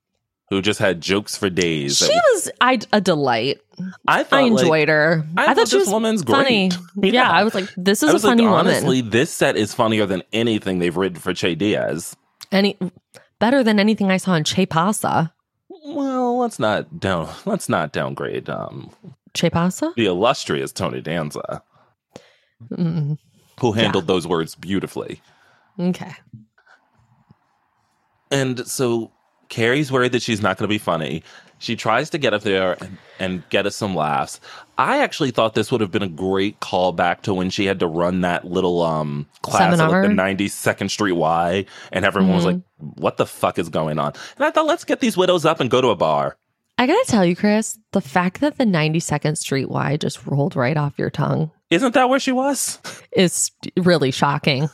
S2: who just had jokes for days?
S1: She
S2: that was-
S1: was I a delight.
S2: I
S1: I
S2: thought like,
S1: enjoyed her.
S2: I, thought,
S1: she
S2: this
S1: was
S2: woman's
S1: funny.
S2: great.
S1: Yeah. I was like, this is
S2: I
S1: a
S2: was like,
S1: funny woman.
S2: honestly, this set is funnier than anything they've written for Che Diaz.
S1: Any better than anything I saw in Che Pasa.
S2: Well, let's not down. Let's not downgrade um,
S1: Che Pasa?
S2: the illustrious Tony Danza,
S1: Mm,
S2: who handled those words beautifully.
S1: okay.
S2: And so Carrie's worried that she's not going to be funny. She tries to get up there and, and get us some laughs. I actually thought this would have been a great callback to when she had to run that little um class at like
S1: Seminar?
S2: the 92nd Street Y, and everyone was like, "What the fuck is going on?" And I thought, let's get these widows up and go to a bar.
S1: I gotta tell you, Chris, the fact that the 92nd Street Y just rolled right off your tongue
S2: Isn't that where she was?
S1: is really shocking.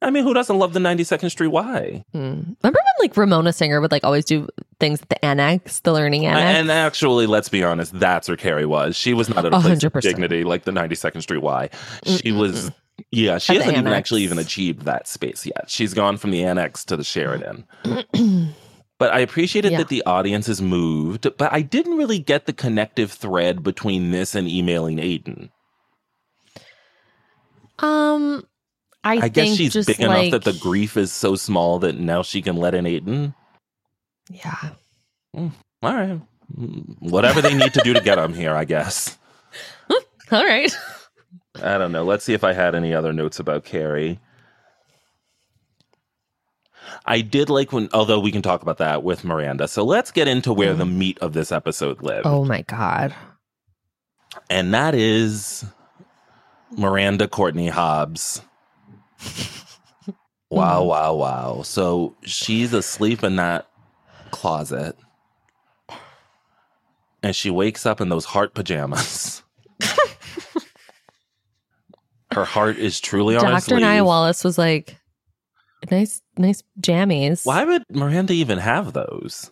S2: I mean, who doesn't love the 92nd Street Y?
S1: Mm. Remember when like Ramona Singer would like always do things at the annex, the learning annex?
S2: And actually, let's be honest, that's where Carrie was. She was not at a
S1: A
S2: place
S1: hundred
S2: of
S1: percent.
S2: dignity like the 92nd Street Y. She was, yeah, she
S1: At the
S2: hasn't even
S1: annex.
S2: actually even achieved that space yet. She's gone from the annex to the Sheridan. but I appreciated
S1: Yeah.
S2: that the audience is moved, but I didn't really get the connective thread between this and emailing Aiden.
S1: um I,
S2: I,
S1: think
S2: guess she's
S1: just
S2: big
S1: like,
S2: enough that the grief is so small that now she can let in Aiden.
S1: Yeah.
S2: All right. Mm, Whatever they need to do to get him here, I guess.
S1: All right.
S2: I don't know. Let's see if I had any other notes about Carrie. I did like when, although we can talk about that with Miranda. So let's get into where the meat of this episode lives.
S1: Oh my god.
S2: And that is Miranda Courtney Hobbs. Wow, wow, wow. So she's asleep in that closet and she wakes up in those heart pajamas. Her heart is truly on its
S1: Dr. Nia
S2: sleeve.
S1: Wallace was like, nice, nice jammies.
S2: Why would Miranda even have those?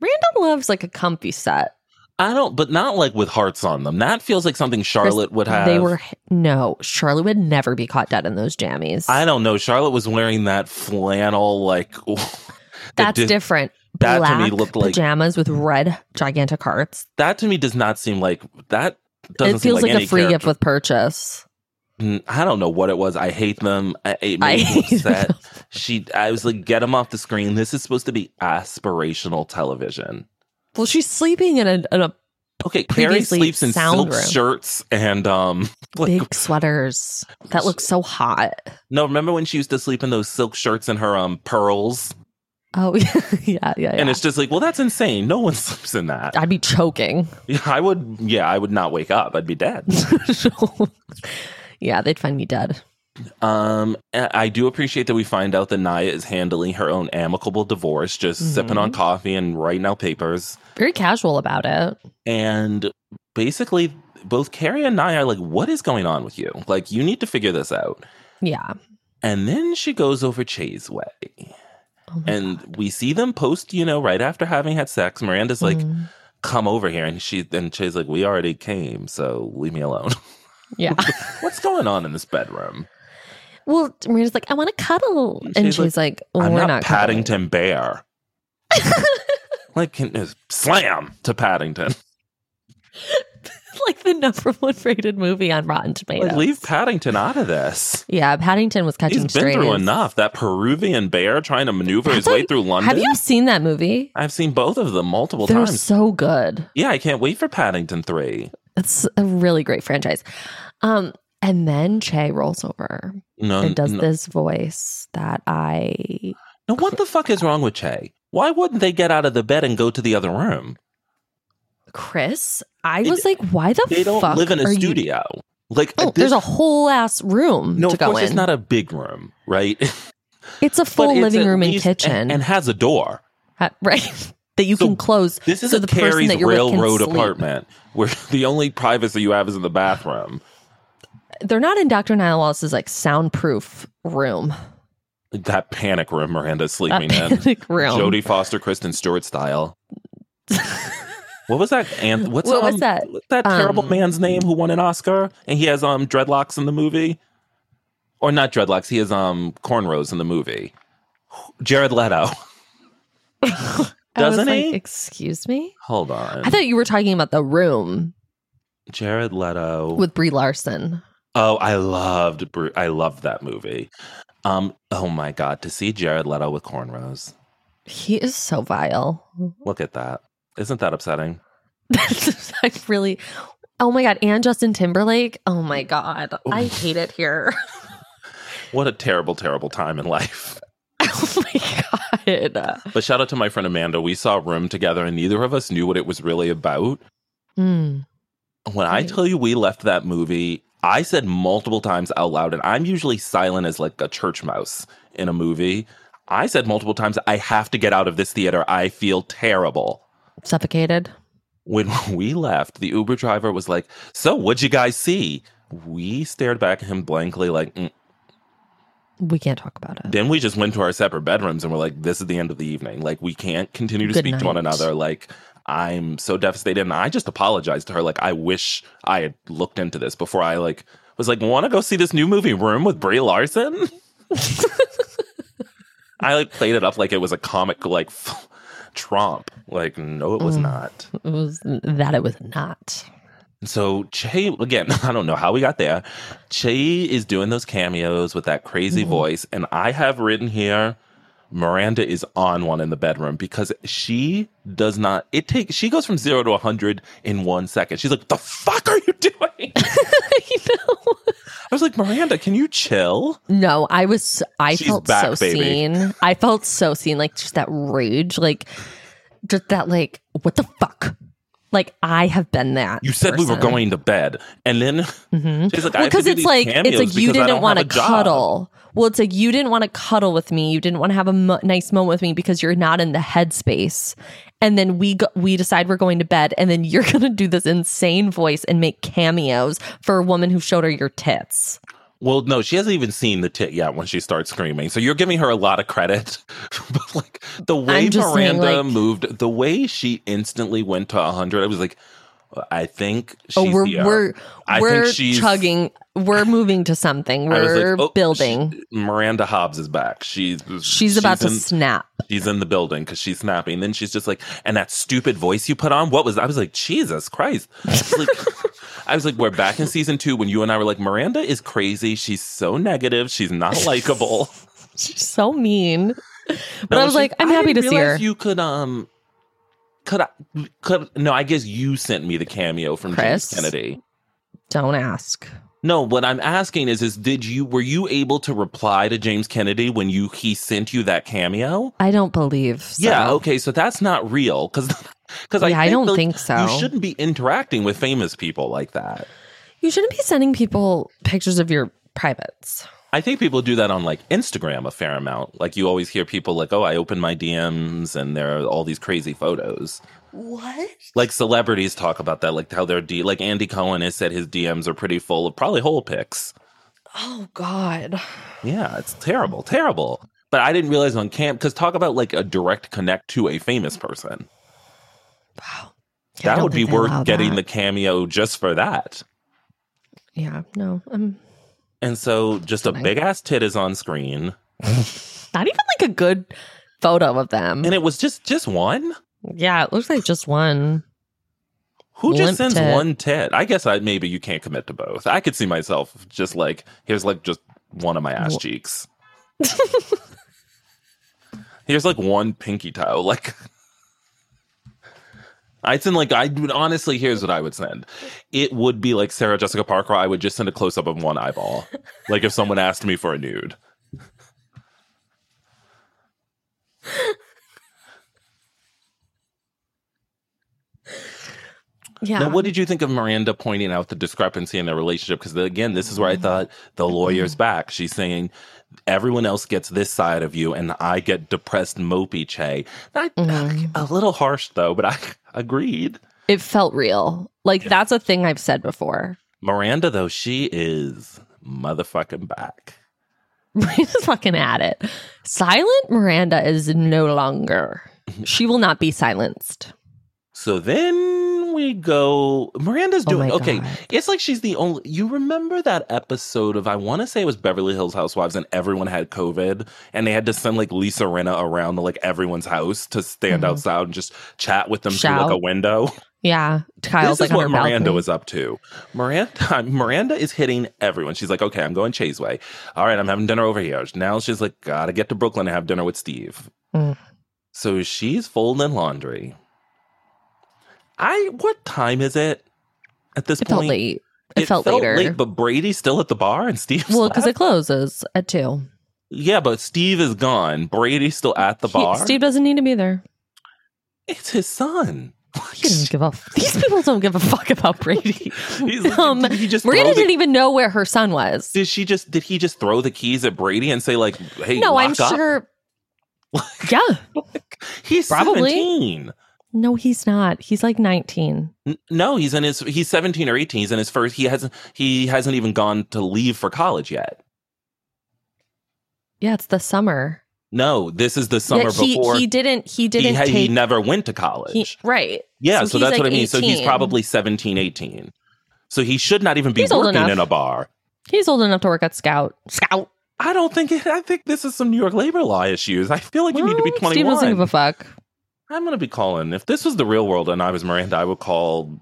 S1: Randall loves like a comfy set.
S2: I don't, but not like with hearts on them. That feels like something Charlotte would have.
S1: They were, no, Charlotte would never be caught dead in those jammies.
S2: I don't know. Charlotte was wearing that flannel, like
S1: That's
S2: different.
S1: different.
S2: that to
S1: Black
S2: me looked like-
S1: pajamas with red gigantic hearts.
S2: that to me does not seem like that. Doesn't
S1: it feels
S2: seem like,
S1: like,
S2: any
S1: a free
S2: character.
S1: gift with purchase.
S2: Mm, I don't know what it was. I hate them. I, it made
S1: I
S2: me
S1: hate
S2: upset. She, I was like, get them off the screen. This is supposed to be aspirational television.
S1: Well, she's sleeping in a, in a
S2: Okay, Carrie
S1: Previously,
S2: sleeps in silk
S1: sound room.
S2: shirts and um. Like,
S1: big sweaters that looks so hot.
S2: no, remember when she used to sleep in those silk shirts and her um pearls?
S1: Oh yeah, yeah, yeah.
S2: And
S1: yeah.
S2: it's just like, well, that's insane. No one sleeps in that.
S1: I'd be choking.
S2: Yeah, I would. Yeah, I would not wake up. I'd be dead.
S1: yeah, they'd find me dead.
S2: Um, and I do appreciate that we find out that Naya is handling her own amicable divorce, just sipping on coffee and writing out papers.
S1: Very casual about it.
S2: And basically, both Carrie and Naya are like, "What is going on with you? Like, you need to figure this out."
S1: Yeah.
S2: And then she goes over Che's way,
S1: Oh my
S2: and we see them post. You know, right after having had sex, Miranda's like,
S1: Mm.
S2: "Come over here," and she and Che's like, "We already came, so leave me alone."
S1: yeah.
S2: What's going on in this bedroom?
S1: well, Miranda's like, I want to cuddle, and
S2: She's
S1: she's, like,
S2: I'm
S1: We're
S2: not,
S1: not cuddling."
S2: Paddington Bear. like can- uh, slam to Paddington.
S1: like the number one rated movie on Rotten Tomatoes.
S2: Like leave Paddington out of this.
S1: yeah, Paddington was
S2: He's
S1: catching
S2: been
S1: strays.
S2: through enough. That Peruvian bear trying to maneuver his
S1: Have
S2: way
S1: you-
S2: through London.
S1: Have you seen that movie?
S2: I've seen both of them multiple
S1: They're
S2: times.
S1: so good.
S2: yeah, I can't wait for Paddington three.
S1: It's a really great franchise. Um, and then Che rolls over
S2: No,
S1: and does
S2: Um, no,
S1: this voice that I
S2: no, what the fuck is wrong with Che? Why wouldn't they get out of the bed and go to the other room?
S1: Chris, I
S2: They-
S1: was like, why the
S2: They don't
S1: fuck
S2: live in a
S1: are you-
S2: studio. Like
S1: Oh,
S2: this-
S1: there's a whole ass room
S2: no,
S1: to
S2: of
S1: go
S2: course
S1: in.
S2: it's not a big room, right?
S1: It's a full
S2: But it's
S1: living
S2: at
S1: room and
S2: least-
S1: kitchen,
S2: and, and has a door.
S1: Uh, right? that you
S2: So
S1: can close.
S2: This is
S1: so
S2: a
S1: the person
S2: Carrie's
S1: that you're with can
S2: railroad
S1: sleep.
S2: apartment where the only privacy you have is in the bathroom.
S1: They're not in Dr. Niall Wallace's like soundproof room,
S2: That panic room Miranda's
S1: that
S2: sleeping in.
S1: panic room.
S2: Jodie Foster, Kristen Stewart style. What was that? Anth- what's
S1: What was
S2: um,
S1: that?
S2: what's that terrible
S1: Um,
S2: man's name who won an Oscar and he has um dreadlocks in the movie, or not dreadlocks? He has um cornrows in the movie. Jared Leto.
S1: I was
S2: Doesn't
S1: like,
S2: he? Um,
S1: Excuse me.
S2: Hold on.
S1: I thought you were talking about the room
S2: Jared Leto.
S1: with Brie Larson.
S2: Oh, I loved Bru- I loved that movie. Um, oh my god, to see Jared Leto with cornrows.
S1: He is so vile.
S2: Look at that. Isn't that upsetting?
S1: I really. Oh my god, and Justin Timberlake. Oh my god, I hate it here.
S2: What a terrible, terrible time in life.
S1: oh my god.
S2: But shout out to my friend Amanda. We saw Room together and neither of us knew what it was really about.
S1: Hmm.
S2: When I
S1: Right.
S2: tell you we left that movie, I said multiple times out loud, and I'm usually silent as like a church mouse in a movie. I said multiple times, I have to get out of this theater. I feel terrible.
S1: Suffocated.
S2: when we left, the Uber driver was like, "So, what'd you guys see?" We stared back at him blankly, like. Mm.
S1: We can't talk about it.
S2: Then we just went to our separate bedrooms and we're like, "This is the end of the evening. Like, we can't continue to
S1: Good
S2: speak to one
S1: night.
S2: another. Like, I'm so devastated." And I just apologized to her. Like, I wish I had looked into this before I like was like, "Want to go see this new movie Room with Brie Larson?" I like played it up like it was a comic like Trump. Like, no, it was
S1: Mm.
S2: not.
S1: It was that it was not.
S2: So Che again, I don't know how we got there. Che is doing those cameos with that crazy
S1: Mm-hmm.
S2: voice, and I have written here Miranda is on one in the bedroom because she does not it takes she goes from zero to a hundred in one second. She's like, the fuck are you doing? I
S1: I know.
S2: was like, Miranda, can you chill?
S1: No, I was. I
S2: She's
S1: felt
S2: back,
S1: so
S2: baby.
S1: seen. I felt so seen. Like just that rage. Like just that. Like what the fuck. Like I have been that.
S2: You said we were
S1: person.
S2: going to bed. And then
S1: Mhm.
S2: she's like, I
S1: Well,
S2: have to
S1: because
S2: do
S1: it's
S2: these
S1: like it's
S2: cameos
S1: like you
S2: because I
S1: didn't
S2: don't
S1: want to
S2: have a job.
S1: cuddle. well, it's like you didn't want to cuddle with me, you didn't want to have a mo- nice moment with me because you're not in the headspace. And then we go- we decide we're going to bed, and then you're going to do this insane voice and make cameos for a woman who showed her your tits.
S2: Well, no, she hasn't even seen the tit yet when she starts screaming. So you're giving her a lot of credit. but like the way
S1: I'm just saying,
S2: Miranda
S1: like-
S2: moved, the way she instantly went to 100, I was like, I think she's
S1: oh, we're
S2: the Arab.
S1: we're
S2: I think
S1: we're
S2: she's-
S1: chugging. We're moving to something.
S2: I was like,
S1: We're
S2: oh,
S1: building.
S2: Miranda Hobbs is back. She's she's,
S1: she's about to
S2: in,
S1: snap.
S2: she's in the building because she's snapping. Then she's just like, and that stupid voice you put on. What was I was like, Jesus Christ! I was like, I was like, we're back in season two when you and I were like, Miranda is crazy. She's so negative. She's not likable.
S1: She's so mean. But
S2: No,
S1: I was
S2: she-
S1: like, I'm
S2: I
S1: happy to
S2: didn't
S1: see her.
S2: realize You could um. Could I? Could no? I guess you sent me the cameo from
S1: Chris?
S2: James Kennedy.
S1: Don't ask.
S2: No, what I'm asking is, is did you were you able to reply to James Kennedy when you he sent you that cameo?
S1: I don't believe. So.
S2: Yeah, okay, so that's not real because because I,
S1: Yeah, I
S2: think
S1: don't
S2: that
S1: think so.
S2: You shouldn't be interacting with famous people like that.
S1: You shouldn't be sending people pictures of your privates.
S2: I think people do that on like Instagram a fair amount. Like you always hear people like, "Oh, I open my DMs and there are all these crazy photos."
S1: What?
S2: Like celebrities talk about that, like how their D, like Andy Cohen has said his DMs are pretty full of probably whole pics.
S1: Oh God.
S2: Yeah, it's terrible, terrible. But I didn't realize on camp because talk about like a direct connect to a famous person.
S1: Wow. Yeah, I
S2: that
S1: don't
S2: would be
S1: think they allow
S2: worth getting the
S1: that.
S2: cameo just for that.
S1: Yeah. No. um, I'm
S2: And so just a
S1: Stunning.
S2: big ass tit is on screen.
S1: not even like a good photo of them.
S2: And it was just just one?
S1: yeah, it looks like just one.
S2: Who
S1: Limp
S2: just sends
S1: tit.
S2: one tit? I guess I maybe you can't commit to both. I could see myself just like here's like just one of my ass
S1: Wh-
S2: cheeks. here's like one pinky toe. Like I'd send like I would honestly here's what I would send. It would be like Sarah Jessica Parker. I would just send a close up of one eyeball. like if someone asked me for a nude.
S1: Yeah.
S2: Now, what did you think of Miranda pointing out the discrepancy in their relationship? Because again, this is where
S1: Mm-hmm.
S2: I thought the lawyer's back. She's saying everyone else gets this side of you, and I get depressed, mopey Che. Not
S1: Mhm.
S2: a little harsh though, but I agreed.
S1: it felt real. Like that's a thing I've said before.
S2: Miranda though, she is motherfucking back.
S1: Miranda's fucking at it. Silent Miranda is no longer. She will not be silenced.
S2: So then we go. Miranda's
S1: Oh
S2: doing
S1: my
S2: okay.
S1: God.
S2: It's like she's the only. You remember that episode of I want to say it was Beverly Hills Housewives, and everyone had COVID, and they had to send like Lisa Rinna around to like everyone's house to stand
S1: Mhm.
S2: outside and just chat with them through
S1: Shout.
S2: like a window.
S1: Yeah. Kyle's
S2: this
S1: like
S2: is
S1: on
S2: what
S1: her
S2: Miranda
S1: balcony.
S2: was up to. Miranda, Miranda is hitting everyone. She's like, okay, I'm going Chaseway. All right, I'm having dinner over here. Now she's like, gotta get to Brooklyn and have dinner with Steve.
S1: Mm.
S2: So she's folding laundry. I what time is it at this
S1: It felt
S2: point?
S1: late. It, felt, later.
S2: late, but Brady's still at the bar and Steve's
S1: well, because it
S2: left?
S1: closes at two.
S2: yeah, but Steve is gone. Brady's still at the
S1: He-
S2: bar.
S1: Steve doesn't need to be there.
S2: it's his son.
S1: He doesn't give a. f- These people don't give a fuck about Brady.
S2: He's-
S1: Um,
S2: did he just
S1: Miranda
S2: throw the
S1: didn't even know where her son was.
S2: Did she just did he just throw the keys at Brady and say like, "Hey,
S1: no, I'm
S2: lock up?
S1: sure. yeah.
S2: he's
S1: Probably.
S2: seventeen.
S1: No, he's not. He's like 19.
S2: N- No, he's in his he's seventeen or eighteen. He's in his first. He hasn't he hasn't even gone to leave for college yet.
S1: Yeah, it's the summer.
S2: No, this is the summer
S1: yeah, he,
S2: before.
S1: he didn't. He didn't
S2: ha-
S1: take.
S2: never went to
S1: he-
S2: college.
S1: right.
S2: yeah,
S1: so
S2: so,
S1: he's
S2: that's
S1: like
S2: what I mean. So he's
S1: 18.
S2: probably 17, 18. So he should not even be
S1: He's old
S2: working
S1: enough.
S2: in a bar.
S1: He's old enough to work at Scout. Scout.
S2: I don't think it, I think this is some New York labor law issues. I feel like you need to be
S1: Well, Steve doesn't give
S2: 21.
S1: a fuck.
S2: I'm going to be calling. If this was the real world and I was Miranda, I would call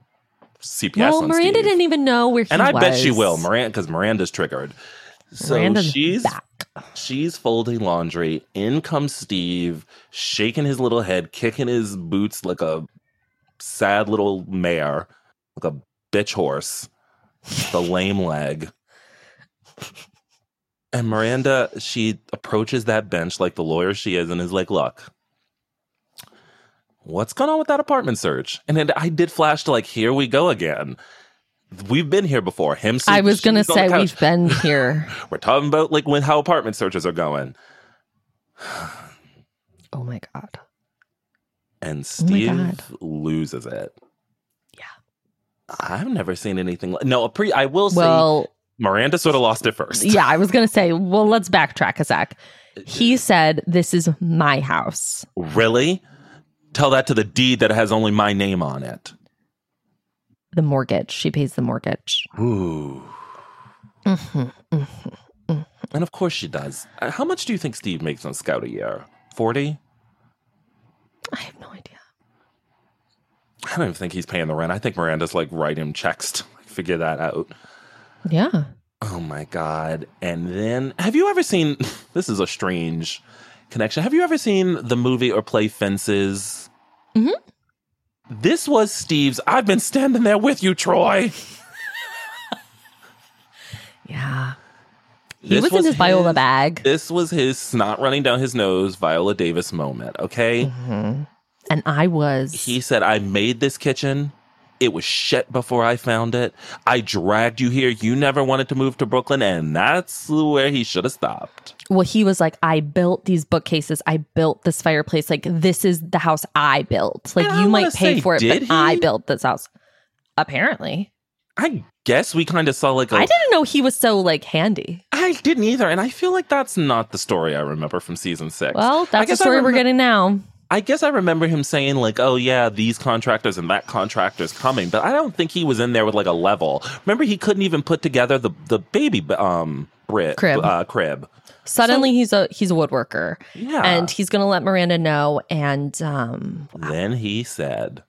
S2: CPS
S1: well,
S2: on
S1: Miranda
S2: Steve.
S1: didn't even know where he
S2: and I bet she
S1: was.
S2: will, Miranda, because Miranda's triggered. So
S1: Miranda's
S2: she's
S1: back.
S2: she's folding laundry. In comes Steve, shaking his little head, kicking his boots like a sad little mare, like a bitch horse, the lame leg. And Miranda, she approaches that bench like the lawyer she is, and is like, "Look, what's going on with that apartment search?" And then I did flash to like, "Here we go again." We've been here before. Him.
S1: I
S2: sleep-
S1: was going to
S2: she's on the
S1: say
S2: couch.
S1: we've been here.
S2: We're talking about like when how apartment searches are going.
S1: Oh my God.
S2: And
S1: Oh my
S2: Steve
S1: God.
S2: loses it.
S1: Yeah.
S2: I've never seen anything like no. A pre. I will say
S1: Well,
S2: Miranda sort of lost it first.
S1: yeah, I was going to say, well, let's backtrack a sec. He said, This is my house.
S2: Really? Tell that to the deed that has only my name on it.
S1: The mortgage. She pays the mortgage.
S2: Ooh.
S1: Mm-hmm,
S2: And of course she does. Uh, How much do you think Steve makes on Scout a year? 40?
S1: I have no idea.
S2: I don't even think he's paying the rent. I think Miranda's like write him checks to like, figure that out.
S1: Yeah.
S2: Oh my God. And then have you ever seen this is a strange connection. Have you ever seen the movie or play Fences?
S1: Mhm.
S2: This was Steve's I've been standing there with you, Troy.
S1: Yeah. He
S2: This
S1: was, in his Viola bag.
S2: This was his snot running down his nose, Viola Davis moment, okay?
S1: Mhm. And I was.
S2: He said, I made this kitchen. It was shit before I found it. I dragged you here. You never wanted to move to Brooklyn, and that's where he should have stopped.
S1: well, he was like, I built these bookcases. I built this fireplace. Like, this is the house I built. Like,
S2: And I
S1: you
S2: wanna
S1: might pay
S2: say,
S1: for it, but
S2: did
S1: I
S2: he?
S1: built this house. Apparently.
S2: I guess we kind of saw like a.
S1: I didn't know he was so, like, handy.
S2: I didn't either, and I feel like that's not the story I remember from season six.
S1: Well,
S2: I
S1: that's the
S2: guess I
S1: story we're
S2: remem-
S1: getting now.
S2: I guess I remember him saying like, "Oh yeah, these contractors and that contractor's coming," but I don't think he was in there with like a level. Remember, he couldn't even put together the the baby um bri-
S1: Crib.
S2: uh, crib.
S1: Suddenly, he's a he's a woodworker,
S2: Yeah,
S1: and he's gonna let Miranda know. And um,
S2: Then he said,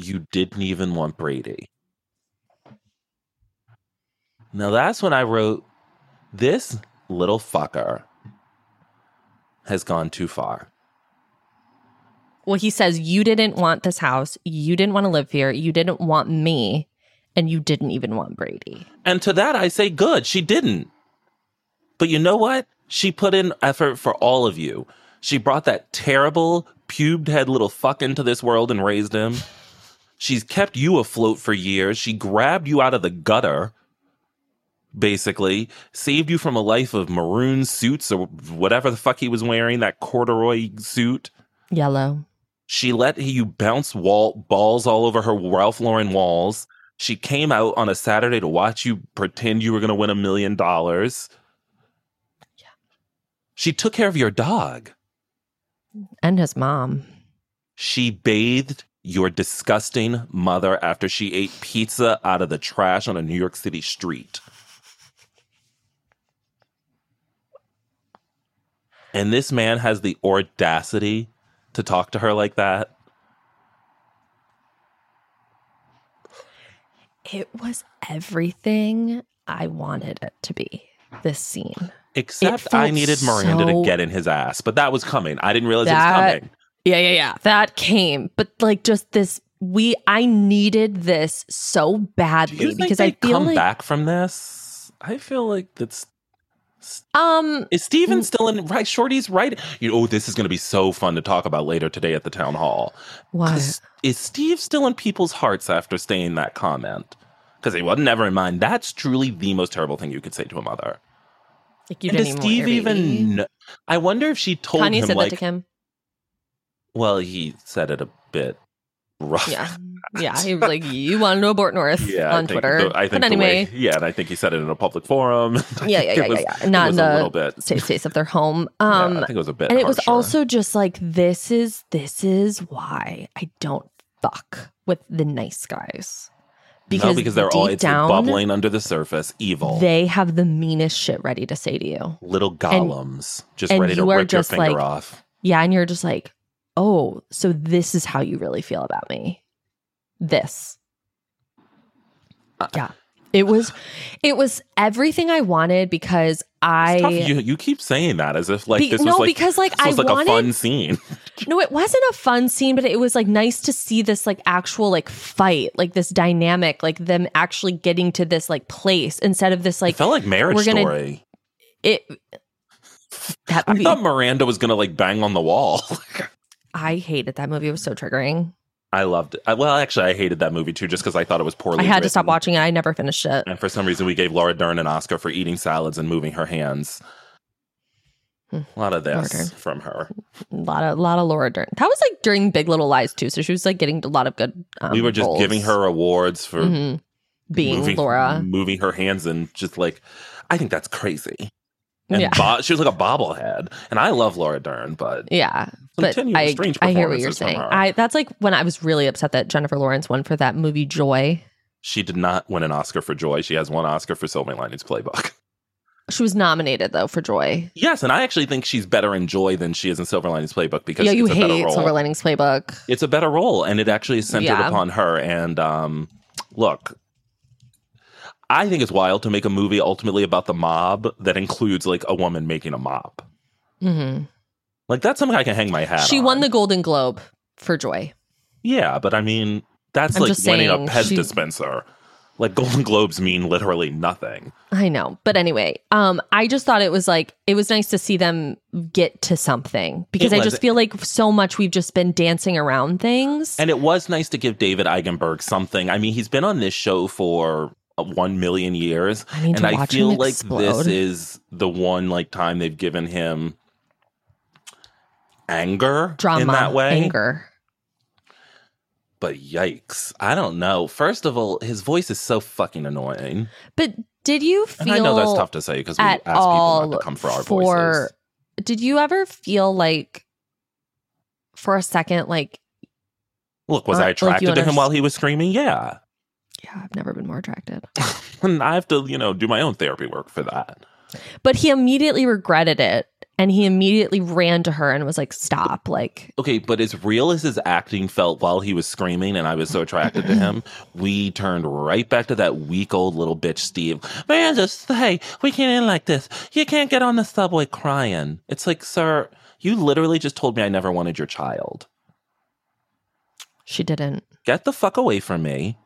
S2: You didn't even want Brady. Now that's when I wrote, This little fucker has gone too far.
S1: well, he says you didn't want this house, you didn't want to live here, you didn't want me, and you didn't even want Brady.
S2: And to that, I say, Good, she didn't. But you know what? She put in effort for all of you. She brought that terrible, pubed head little fuck into this world and raised him. She's kept you afloat for years. She grabbed you out of the gutter, basically, saved you from a life of maroon suits or whatever the fuck he was wearing, that corduroy suit.
S1: Yellow.
S2: She let you bounce wall balls all over her Ralph Lauren walls. She came out on a Saturday to watch you pretend you were going to win a million dollars. She took care of your dog.
S1: and his mom.
S2: She bathed your disgusting mother after she ate pizza out of the trash on a New York City street. And this man has the audacity to talk to her like that.
S1: It was everything I wanted it to be. This scene.
S2: Except
S1: felt
S2: I needed Miranda
S1: so-
S2: to get in his ass, but that was coming. I didn't realize it
S1: That-
S2: was coming.
S1: Yeah, yeah, yeah. That came, but like just this. We I needed this so
S2: Do
S1: badly
S2: you think
S1: because
S2: they
S1: I feel
S2: come
S1: like
S2: back from this? I feel like that's
S1: um
S2: Is Steven still in right Shorty's right? You know, oh, this is going to be so fun to talk about later today at the town hall.
S1: what
S2: Is, is Steve still in people's hearts after saying that comment? Because he wasn't never in mind. That's truly the most terrible thing you could say to a mother.
S1: like you
S2: and
S1: didn't even want
S2: does Steve
S1: your baby.
S2: even? Know? I wonder if she told
S1: Kanye
S2: him
S1: said
S2: like.
S1: that to Kim.
S2: Well, he said it a bit rough.
S1: Yeah, yeah. He was like, "You want to abort North
S2: Yeah, I
S1: on
S2: think
S1: Twitter?"
S2: the- I think
S1: but
S2: the way-
S1: anyway,
S2: yeah, and I think he said it in a public forum.
S1: yeah, yeah,
S2: It
S1: yeah,
S2: was-
S1: yeah, yeah.
S2: it
S1: Not in
S2: was a little
S1: the
S2: bit.
S1: safe space of their home.
S2: yeah,
S1: Um,
S2: I think it was a bit.
S1: and it was
S2: harsher.
S1: also just like, "This is this is why I don't fuck with the nice guys because,
S2: no, because they're
S1: deep
S2: all it's
S1: down
S2: bubbling under the surface, evil.
S1: they have the meanest shit ready to say to you."
S2: little golems just
S1: and
S2: ready to
S1: you are
S2: rip your
S1: just
S2: finger
S1: like-
S2: off.
S1: Yeah, and you're just like, "Oh, so this is how you really feel about me." This.
S2: Uh,
S1: yeah. It was it was everything I wanted because I
S2: It's tough. You, you keep saying that as if like
S1: Be-
S2: this
S1: no,
S2: was like
S1: because like
S2: this
S1: I
S2: was like
S1: wanted
S2: a fun scene.
S1: no, it wasn't a fun scene, but it was like nice to see this like actual like fight, like this dynamic, like them actually getting to this like place instead of this
S2: It
S1: like
S2: felt like marriage
S1: we're gonna-
S2: story.
S1: it. That
S2: I
S1: movie,
S2: thought Miranda was gonna like bang on the wall.
S1: I hated that movie. It was so triggering.
S2: I loved it. I, well, actually, I hated that movie too, just because I thought it was poorly.
S1: I had to
S2: written.
S1: stop watching it. I never finished it.
S2: And for some reason, we gave Laura Dern an Oscar for eating salads and moving her hands.
S1: Hmm.
S2: A lot of this
S1: Laura Dern.
S2: from her.
S1: A lot of lot of Laura Dern. That was like during Big Little Lies too. So she was like getting a lot of good. Um,
S2: we were just
S1: roles.
S2: giving her awards for
S1: Mhm. being
S2: moving,
S1: Laura.
S2: moving her hands and just like, I think that's crazy. And
S1: Yeah,
S2: bo- she was like a bobblehead, and I love Laura Dern, but
S1: yeah. But
S2: continuous
S1: I,
S2: strange
S1: I hear what you're
S2: performances from
S1: saying.
S2: her.
S1: I that's like when I was really upset that Jennifer Lawrence won for that movie Joy.
S2: she did not win an Oscar for Joy. She has one Oscar for Silver Linings Playbook.
S1: She was nominated though for Joy.
S2: Yes, and I actually think she's better in Joy than she is in Silver Linings Playbook because
S1: Yeah, you
S2: it's a better
S1: hate
S2: role.
S1: Silver Linings Playbook.
S2: it's a better role and it actually is centered
S1: Yeah.
S2: upon her and um look i think it's wild to make a movie ultimately about the mob that includes like a woman making a mop
S1: hmm
S2: like that's something i can hang my hat
S1: She
S2: on.
S1: won the Golden Globe for Joy.
S2: yeah but i mean that's
S1: I'm
S2: like
S1: just
S2: winning
S1: saying,
S2: a pez
S1: she-
S2: dispenser like golden globes mean literally nothing
S1: I know. But anyway, um I just thought it was like it was nice to see them get to something because
S2: It
S1: I
S2: was.
S1: just feel like so much we've just been dancing around things.
S2: and it was nice to give david eigenberg something i mean he's been on this show for uh, one million years
S1: I need
S2: and
S1: to
S2: I
S1: watch
S2: feel
S1: him
S2: like
S1: explode.
S2: this is the one like time they've given him anger
S1: drama
S2: in that way.
S1: anger.
S2: But yikes, I don't know. First of all, his voice is so fucking annoying,
S1: But did you
S2: and
S1: feel
S2: I know that's tough to say because we ask
S1: at
S2: people
S1: all
S2: not to come for our voices.
S1: Did you ever feel like for a second like
S2: Look, was
S1: uh,
S2: I
S1: like, you
S2: attracted to him
S1: underst-
S2: while he was screaming? Yeah,
S1: yeah, I've never been more attracted.
S2: and I have to you know do my own therapy work for that.
S1: But he immediately regretted it and he immediately ran to her and was like stop like
S2: Okay, but as real as his acting felt while he was screaming and I was so attracted to him, we turned right back to that weak old little bitch Steve. Man, just hey, we can't end like this. You can't get on the subway crying. It's like, sir, you literally just told me I never wanted your child.
S1: she didn't.
S2: Get the fuck away from me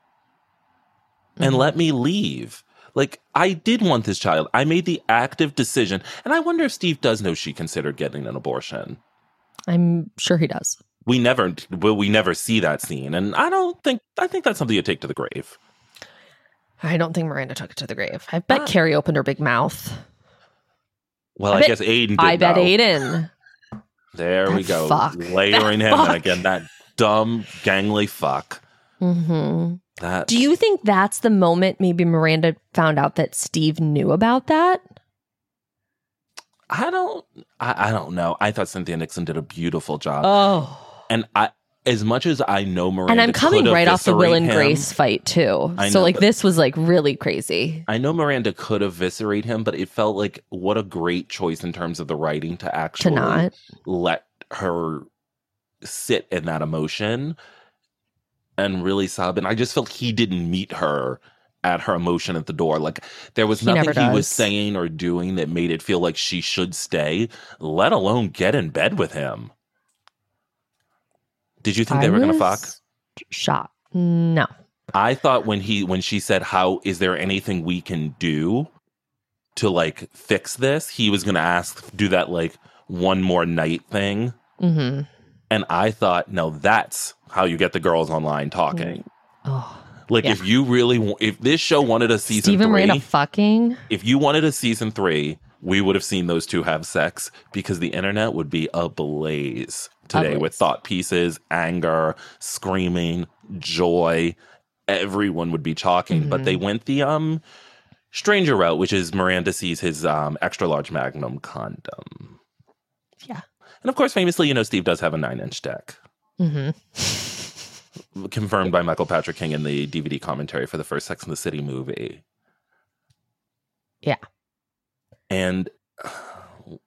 S2: and let me leave. Like, I did want this child. I made the active decision. And I wonder if Steve does know she considered getting an abortion.
S1: I'm sure he does.
S2: we never will we never see that scene and i don't think i think that's something you take to the grave
S1: I don't think Miranda took it to the grave. I bet
S2: Ah.
S1: Carrie opened her big mouth.
S2: well
S1: I
S2: i,
S1: bet-
S2: guess aiden did
S1: I bet
S2: though.
S1: Aiden.
S2: there we
S1: That
S2: go
S1: fuck.
S2: layering
S1: That
S2: him
S1: fuck.
S2: and again that dumb gangly fuck
S1: hmm
S2: that
S1: Do you think that's the moment maybe Miranda found out that Steve knew about that?
S2: i don't I, I don't know i thought cynthia nixon did a beautiful job
S1: Oh.
S2: and i as much as i know miranda
S1: And I'm coming
S2: could
S1: right off the Will
S2: eviscerate
S1: and
S2: him,
S1: Grace fight too.
S2: I
S1: so
S2: know,
S1: like
S2: but-
S1: this was like really crazy.
S2: I know Miranda could eviscerate him, but it felt like what a great choice in terms of the writing to
S1: To
S2: actually
S1: not.
S2: let her sit in that emotion and really sob. And I just felt he didn't meet her at her emotion at the door. Like there was
S1: He
S2: nothing
S1: never
S2: he was
S1: does.
S2: saying or doing that made it feel like she should stay, let alone get in bed with him. Did you think they were gonna fuck?
S1: was Shot. No.
S2: I thought when he when she said, "How is there anything we can do to like fix this?" He was gonna ask, do that like one more night thing.
S1: hmm
S2: And I thought, no, that's how you get the girls online talking.
S1: Oh.
S2: Like,
S1: Yeah.
S2: if you really, wa- if this show wanted a season
S1: Steve and
S2: three,
S1: Miranda fucking.
S2: if you wanted a season three, we would have seen those two have sex because the internet would be ablaze today
S1: Ablaze.
S2: with thought pieces, anger, screaming, joy. Everyone would be talking,
S1: Mhm.
S2: but they went the um stranger route, which is Miranda sees his um extra large magnum condom.
S1: Yeah.
S2: And of course, famously, you know, Steve does have a nine inch dick.
S1: hmm mm-hmm.
S2: confirmed by Michael Patrick King in the DVD commentary for the first Sex in the City movie.
S1: Yeah.
S2: And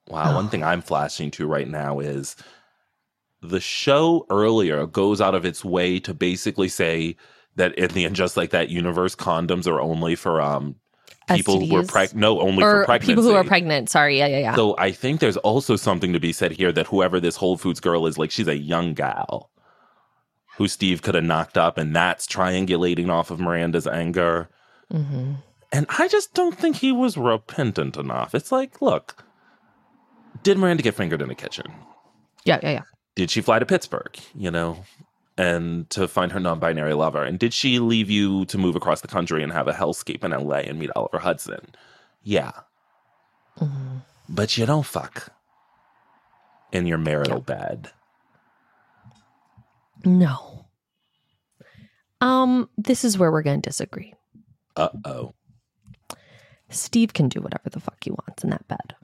S2: wow, one
S1: Oh.
S2: thing I'm flashing to right now is the show earlier goes out of its way to basically say that in the and just like that universe, condoms are only for um people who are
S1: STDs.
S2: pregnant. No, only
S1: Or
S2: for pregnancy.
S1: people who are pregnant. Sorry. Yeah, yeah, yeah.
S2: So I think there's also something to be said here that whoever this Whole Foods girl is, like she's a young gal who Steve could have knocked up, and that's triangulating off of Miranda's anger.
S1: hmm
S2: And I just don't think he was repentant enough. It's like, look, did Miranda get fingered in the kitchen?
S1: Yeah, yeah, yeah.
S2: Did she fly to Pittsburgh? You know, and to find her non-binary lover. And did she leave you to move across the country and have a hellscape in LA and meet Oliver Hudson? Yeah.
S1: Mhm.
S2: But you don't fuck in your marital bed.
S1: No. Um, this is where we're going to disagree.
S2: Uh-oh.
S1: Steve can do whatever the fuck he wants in that bed.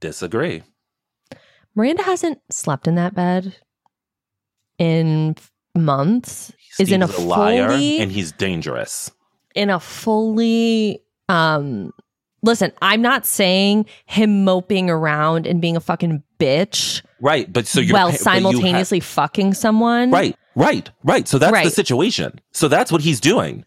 S2: Disagree.
S1: Miranda hasn't slept in that bed in f- months. Is in a
S2: Steve's liar
S1: fully-
S2: and he's dangerous.
S1: in a fully um listen, I'm not saying him moping around and being a fucking bitch
S2: Right, but so you're
S1: while
S2: but you have-
S1: simultaneously fucking someone.
S2: Right, right, right. So that's the
S1: Right.
S2: situation. So that's what he's doing.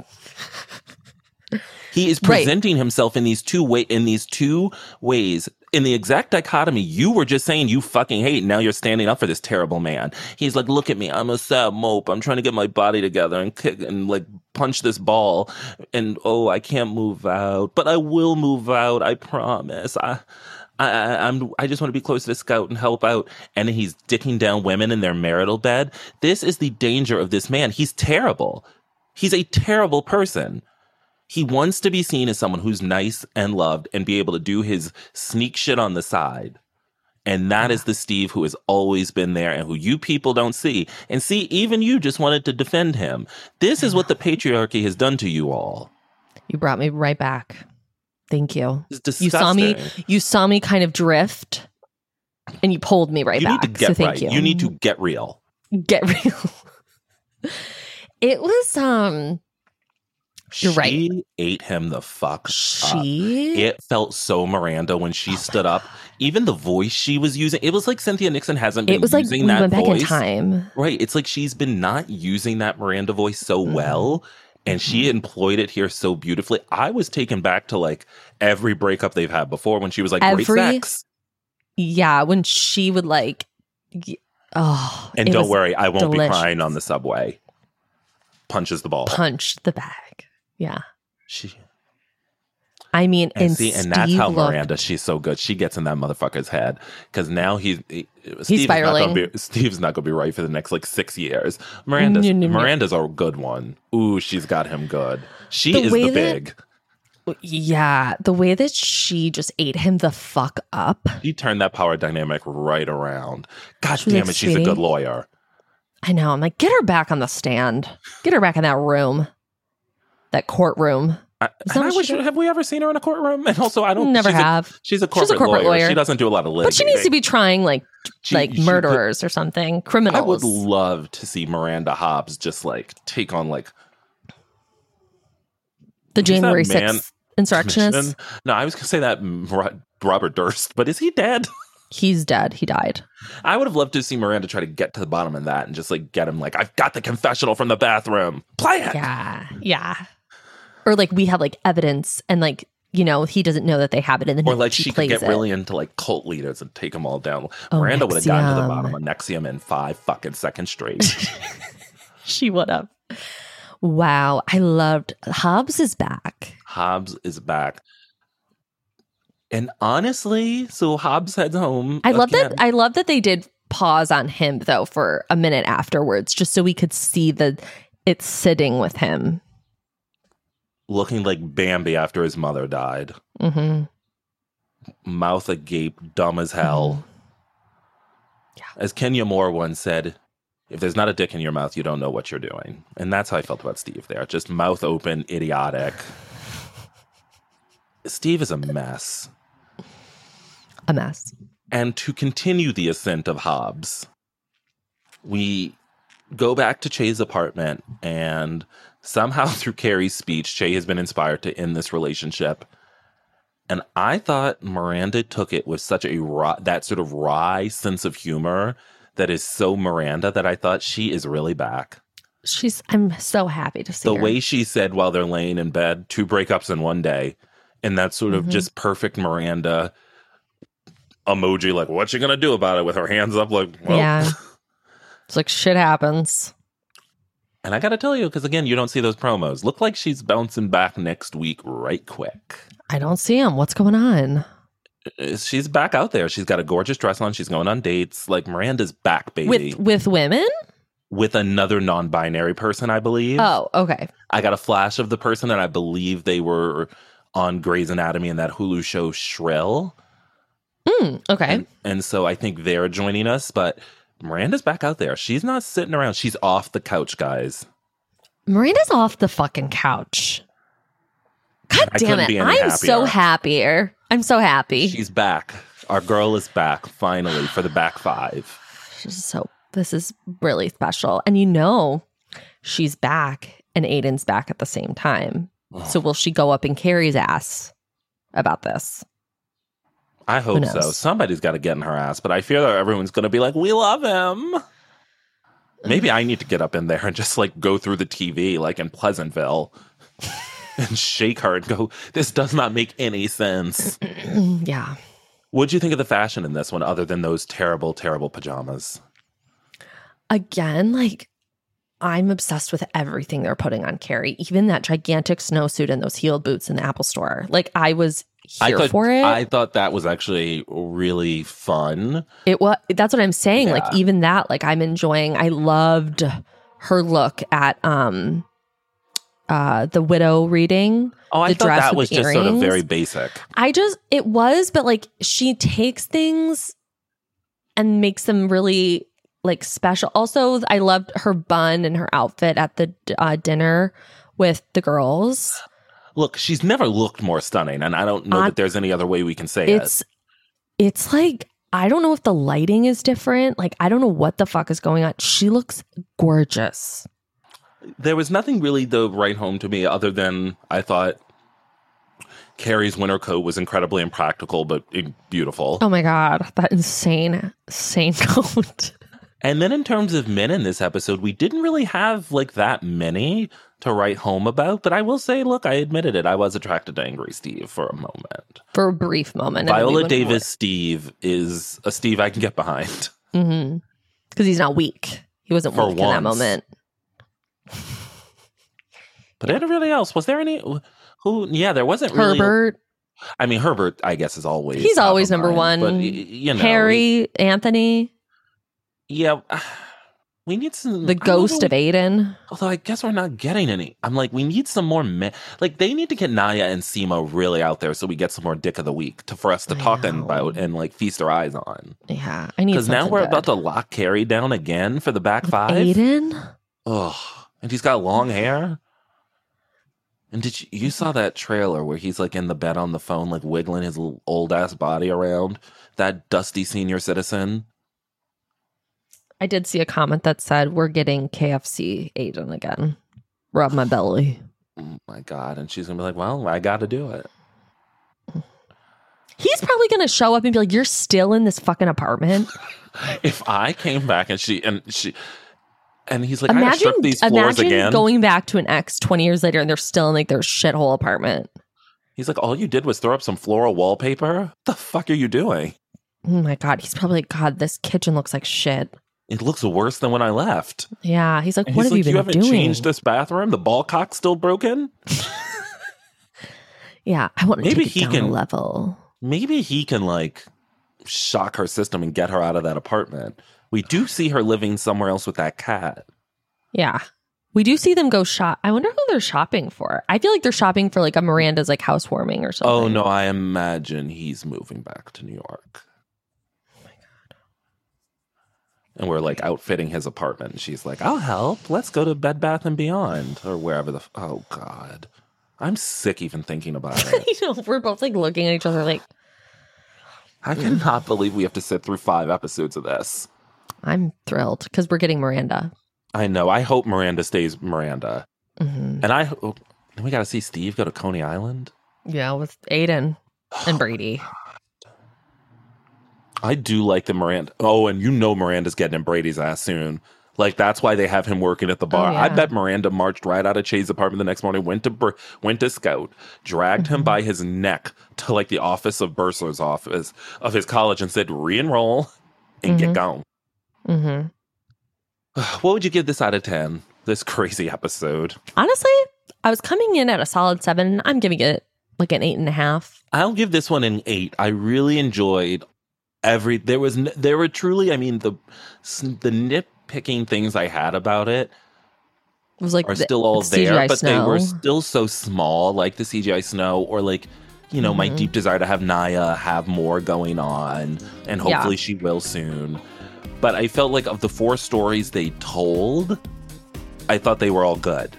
S2: He is
S1: Right.
S2: presenting himself in these two way in these two ways in the exact dichotomy you were just saying you fucking hate. Now you're standing up for this terrible man. He's like, look at me, I'm a sad mope. I'm trying to get my body together and kick and like punch this ball. And oh, I can't move out, but I will move out. I promise. I. I, I, I'm. I just want to be close to the scout and help out. And he's dicking down women in their marital bed. This is the danger of this man. He's terrible. He's a terrible person. He wants to be seen as someone who's nice and loved and be able to do his sneak shit on the side. And that is the Steve who has always been there and who you people don't see. And see, even you just wanted to defend him. This is what the patriarchy has done to you all.
S1: You brought me right back. Thank you.
S2: It's
S1: You
S2: disgusting.
S1: saw me you saw me kind of drift and you pulled me right
S2: You
S1: back.
S2: need to get
S1: so thank
S2: right.
S1: you.
S2: you need to get real.
S1: get real. it was um You're right.
S2: She ate him the fuck. up.
S1: she
S2: It felt so Miranda when she stood up. Even the voice she was using, it was like Cynthia Nixon hasn't been
S1: it was like
S2: using
S1: we
S2: that
S1: went back
S2: voice.
S1: in time.
S2: Right. It's like she's been not using that Miranda voice so
S1: Mhm.
S2: well. And she
S1: Mm-hmm.
S2: employed it here so beautifully. I was taken back to like every breakup they've had before when she was like, great
S1: Every-
S2: sex.
S1: Yeah, when she would like y- oh
S2: And
S1: it
S2: don't
S1: was-
S2: worry, I won't be
S1: delicious.
S2: crying on the subway. Punches the ball.
S1: punch the bag. Yeah.
S2: She,
S1: I mean,
S2: and,
S1: and,
S2: see, and
S1: Steve
S2: that's how
S1: looked-
S2: Miranda, she's so good. She gets in that motherfucker's head because now he's he, Steve's Not gonna
S1: spiraling.
S2: be, Steve's not gonna be right for the next like six years. Miranda's
S1: No, no, no.
S2: Miranda's a good one. Ooh, she's got him good. She
S1: The
S2: is
S1: way
S2: the
S1: that-
S2: big.
S1: Yeah, the way that she just ate him the fuck up.
S2: She turned that power dynamic right around. God
S1: She was
S2: damn
S1: like,
S2: it, she's a
S1: "Sweetie."
S2: good lawyer.
S1: I know. I'm like, get her back on the stand. Get her back in that room, that courtroom.
S2: I,
S1: Is that
S2: and I
S1: what she
S2: wish
S1: did?
S2: have we ever seen her in a courtroom? And also, I don't
S1: Never
S2: she's A,
S1: have.
S2: she's a corporate,
S1: She's a corporate
S2: lawyer.
S1: lawyer.
S2: She doesn't do a lot of litigating.
S1: but she needs to be trying like
S2: She-
S1: like
S2: she could-
S1: murderers or something,
S2: I
S1: criminals.
S2: would love to see Miranda Hobbs just like take on like
S1: the
S2: that
S1: January
S2: man-
S1: 6th insurrectionists.
S2: Commission? No, I was gonna say that mm, Ro- Robert Durst, but is he dead?
S1: He's dead. He died.
S2: I would have loved to see Miranda try to get to the bottom of that and just like get him like I've got the confessional from the bathroom. Play it.
S1: Yeah. Yeah. Or like we have like evidence and like, you know, he doesn't know that they have it and then
S2: Or
S1: he-
S2: like
S1: she,
S2: she could
S1: plays
S2: get
S1: it.
S2: really into like cult leaders and take them all down.
S1: Oh,
S2: Miranda would have gotten to the
S1: Nexium.
S2: bottom of Nexium in five fucking seconds straight.
S1: She would have. Wow. I loved Hobbs is back.
S2: Hobbs is back. And honestly, so Hobbs heads home.
S1: I love
S2: again.
S1: that I love that they did pause on him though for a minute afterwards, just so we could see the it's sitting with him.
S2: looking like Bambi after his mother died.
S1: hmm
S2: mouth agape, dumb
S1: Mm-hmm.
S2: as hell. As Kenya Moore once said, if there's not a dick in your mouth, you don't know what you're doing. And that's how I felt about Steve there. Just mouth open, idiotic. Steve is a mess.
S1: A mess.
S2: And to continue the ascent of Hobbes, we go back to Che's apartment, and somehow through Carrie's speech, Che has been inspired to end this relationship. And I thought Miranda took it with such a ri- that sort of wry sense of humor that is so Miranda that I thought she is really back.
S1: She's I'm so happy to see
S2: The
S1: her.
S2: way she said while they're laying in bed, two breakups in one day, and that sort of
S1: Mhm.
S2: just perfect Miranda emoji, like what you gonna do about it with her hands up, like well.
S1: Yeah. It's like shit happens.
S2: And I gotta tell you, because again, you don't see those promos. Look like she's bouncing back next week, right quick.
S1: I don't see him. What's going on?
S2: Uh, She's back out there. She's got a gorgeous dress on. She's going on dates. Like Miranda's back, baby.
S1: With with women?
S2: with another non binary person, I believe.
S1: Oh, okay.
S2: I got a flash of the person, and I believe they were on Grey's Anatomy and that Hulu show Shrill.
S1: Mm, okay.
S2: And, and so I think they're joining us, but Miranda's back out there. She's not sitting around. She's off the couch, guys.
S1: Miranda's off the fucking couch. God
S2: I
S1: damn
S2: couldn't
S1: it.
S2: be any
S1: I'm so
S2: happier.
S1: happier. I'm so happy.
S2: She's back. Our girl is back finally for the back five.
S1: She's so this is really special. And you know, she's back and Aiden's back at the same time. So will she go up and Carrie's ass about this?
S2: I hope so.
S1: knows?
S2: Somebody's got to get in her ass, but I fear that everyone's going to be like, "We love him." Maybe I need to get up in there and just like go through the TV, like in Pleasantville, and shake her and go, "This does not make any sense."
S1: yeah.
S2: What'd you think of the fashion in this one, other than those terrible, terrible pajamas?
S1: Again, like I'm obsessed with everything they're putting on Carrie, even that gigantic snowsuit and those heeled boots in the Apple store. Like I was here
S2: I thought
S1: for it.
S2: I thought that was actually really fun.
S1: It was that's what I'm saying. Like
S2: Yeah.
S1: even that, like I'm enjoying. I loved her look at um uh the widow reading.
S2: Oh, I
S1: The
S2: thought
S1: dress
S2: that was
S1: with
S2: just sort of
S1: earrings?
S2: very basic.
S1: I just it was, but like she takes things and makes them really like special. Also, I loved her bun and her outfit at the uh, dinner with the girls.
S2: Look, she's never looked more stunning, and I don't know
S1: I-
S2: that there's any other way we can say it.
S1: It's it's like I don't know if the lighting is different. Like I don't know what the fuck is going on. She looks gorgeous.
S2: There was nothing really though right home to me other than I thought Carrie's winter coat was incredibly impractical but eh, beautiful.
S1: Oh my god, that insane, insane coat.
S2: And then in terms of men in this episode, we didn't really have like that many to write home about. But I will say, look, I admitted it. I was attracted to Angry Steve for a moment.
S1: For a brief moment,
S2: Viola Davis Steve is a Steve I can get behind.
S1: because Mm-hmm. he's not weak. He wasn't
S2: For
S1: weak in that
S2: once.
S1: moment.
S2: But everybody else, was there any who? Yeah, there wasn't really.
S1: Herbert,
S2: I mean, Herbert, I guess, is always
S1: He's
S2: top
S1: always
S2: of
S1: number
S2: mind,
S1: one.
S2: But y- you know,
S1: Harry, Anthony,
S2: Yeah. uh, We need some
S1: the ghost of Aiden.
S2: Although I guess we're not getting any. I'm like, we need some more men. Like they need to get Naya and Simo really out there so we get some more dick of the week to for us to
S1: I
S2: talk in
S1: know.
S2: about and like feast our eyes on.
S1: Yeah, I need
S2: Because now we're about
S1: the
S2: to lock Carrie down again for the back five.
S1: Aiden.
S2: Ugh. And he's got long hair. And did you, you saw that trailer where he's like in the bed on the phone, like wiggling his old ass body around? That dusty senior citizen.
S1: I did see a comment that said we're getting KFC Aiden again. Rub my belly.
S2: Oh my god! And she's gonna be like, "Well, I got to do it."
S1: He's probably gonna show up and be like, "You're still in this fucking apartment."
S2: if I came back and she and she and he's like, I gotta
S1: imagine,
S2: strip these floors
S1: imagine
S2: again.
S1: going back to an ex twenty years later and they're still in like their shithole apartment.
S2: he's like, all you did was throw up some floral wallpaper. What the fuck are you doing?
S1: Oh my god, he's probably like, God, this kitchen looks like shit.
S2: It looks worse than when I left.
S1: Yeah, he's like,
S2: And
S1: what
S2: he's
S1: have
S2: like,
S1: you been
S2: haven't
S1: doing?
S2: changed this bathroom. The ball cock's still broken.
S1: yeah, I want to
S2: Maybe
S1: take it
S2: he
S1: down a
S2: can-
S1: level.
S2: Maybe he can like shock her system and get her out of that apartment. We do see her living somewhere else with that cat.
S1: Yeah, we do see them go shop. I wonder who they're shopping for. I feel like they're shopping for like a Miranda's like housewarming or something.
S2: Oh no, I imagine he's moving back to New York. And we're like outfitting his apartment. And she's like, I'll help. Let's go to Bed Bath and Beyond or wherever the. F- oh, God. I'm sick even thinking about it.
S1: you know, we're both like looking at each other like
S2: I cannot believe we have to sit through five episodes of this.
S1: I'm thrilled because we're getting Miranda.
S2: I know. I hope Miranda stays Miranda.
S1: hmm
S2: And I. Oh, then we got to see Steve go to Coney Island.
S1: Yeah, with Aiden and Brady.
S2: I do like the Miranda. Oh, and you know Miranda's getting in Brady's ass soon. Like that's why they have him working at the bar. I
S1: yeah.
S2: bet Miranda marched right out of Che's apartment the next morning, went to Br- went to Scout, dragged him by his neck to like the office of Bursler's office of his college, and said, "Re-enroll and
S1: Mhm.
S2: get gone."
S1: hmm
S2: What would you give this out of ten? This crazy episode.
S1: Honestly, I was coming in at a solid seven. I'm giving it like an eight and a half.
S2: I'll give this one an eight. I really enjoyed every. There was n- there were truly. I mean the s- the nip picking things I had about it
S1: It was like
S2: are
S1: the-
S2: still all
S1: CGI
S2: there, but they were
S1: snow.
S2: still so small, like the CGI snow, or like, you know, my
S1: Mhm.
S2: deep desire to have Naya have more going on, and
S1: Yeah.
S2: hopefully she will soon. But I felt like of the four stories they told, I thought they were all good.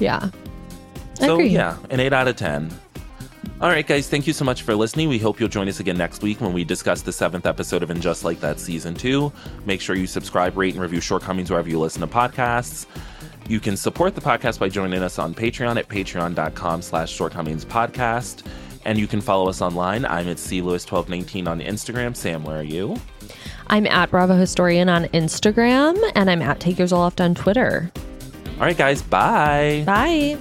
S1: yeah. I
S2: So
S1: agree.
S2: yeah, an eight out of ten. All right, guys, thank you so much for listening. We hope you'll join us again next week when we discuss the seventh episode of In Just Like That Season 2. Make sure you subscribe, rate, and review Shortcomings wherever you listen to podcasts. You can support the podcast by joining us on Patreon at patreon.com slash shortcomings podcast. And you can follow us online. I'm at CLewis1219 on Instagram. Sam, where are you?
S1: I'm at Bravo Historian on Instagram and I'm at Take Yours All Left on Twitter.
S2: All right, guys, bye.
S1: Bye.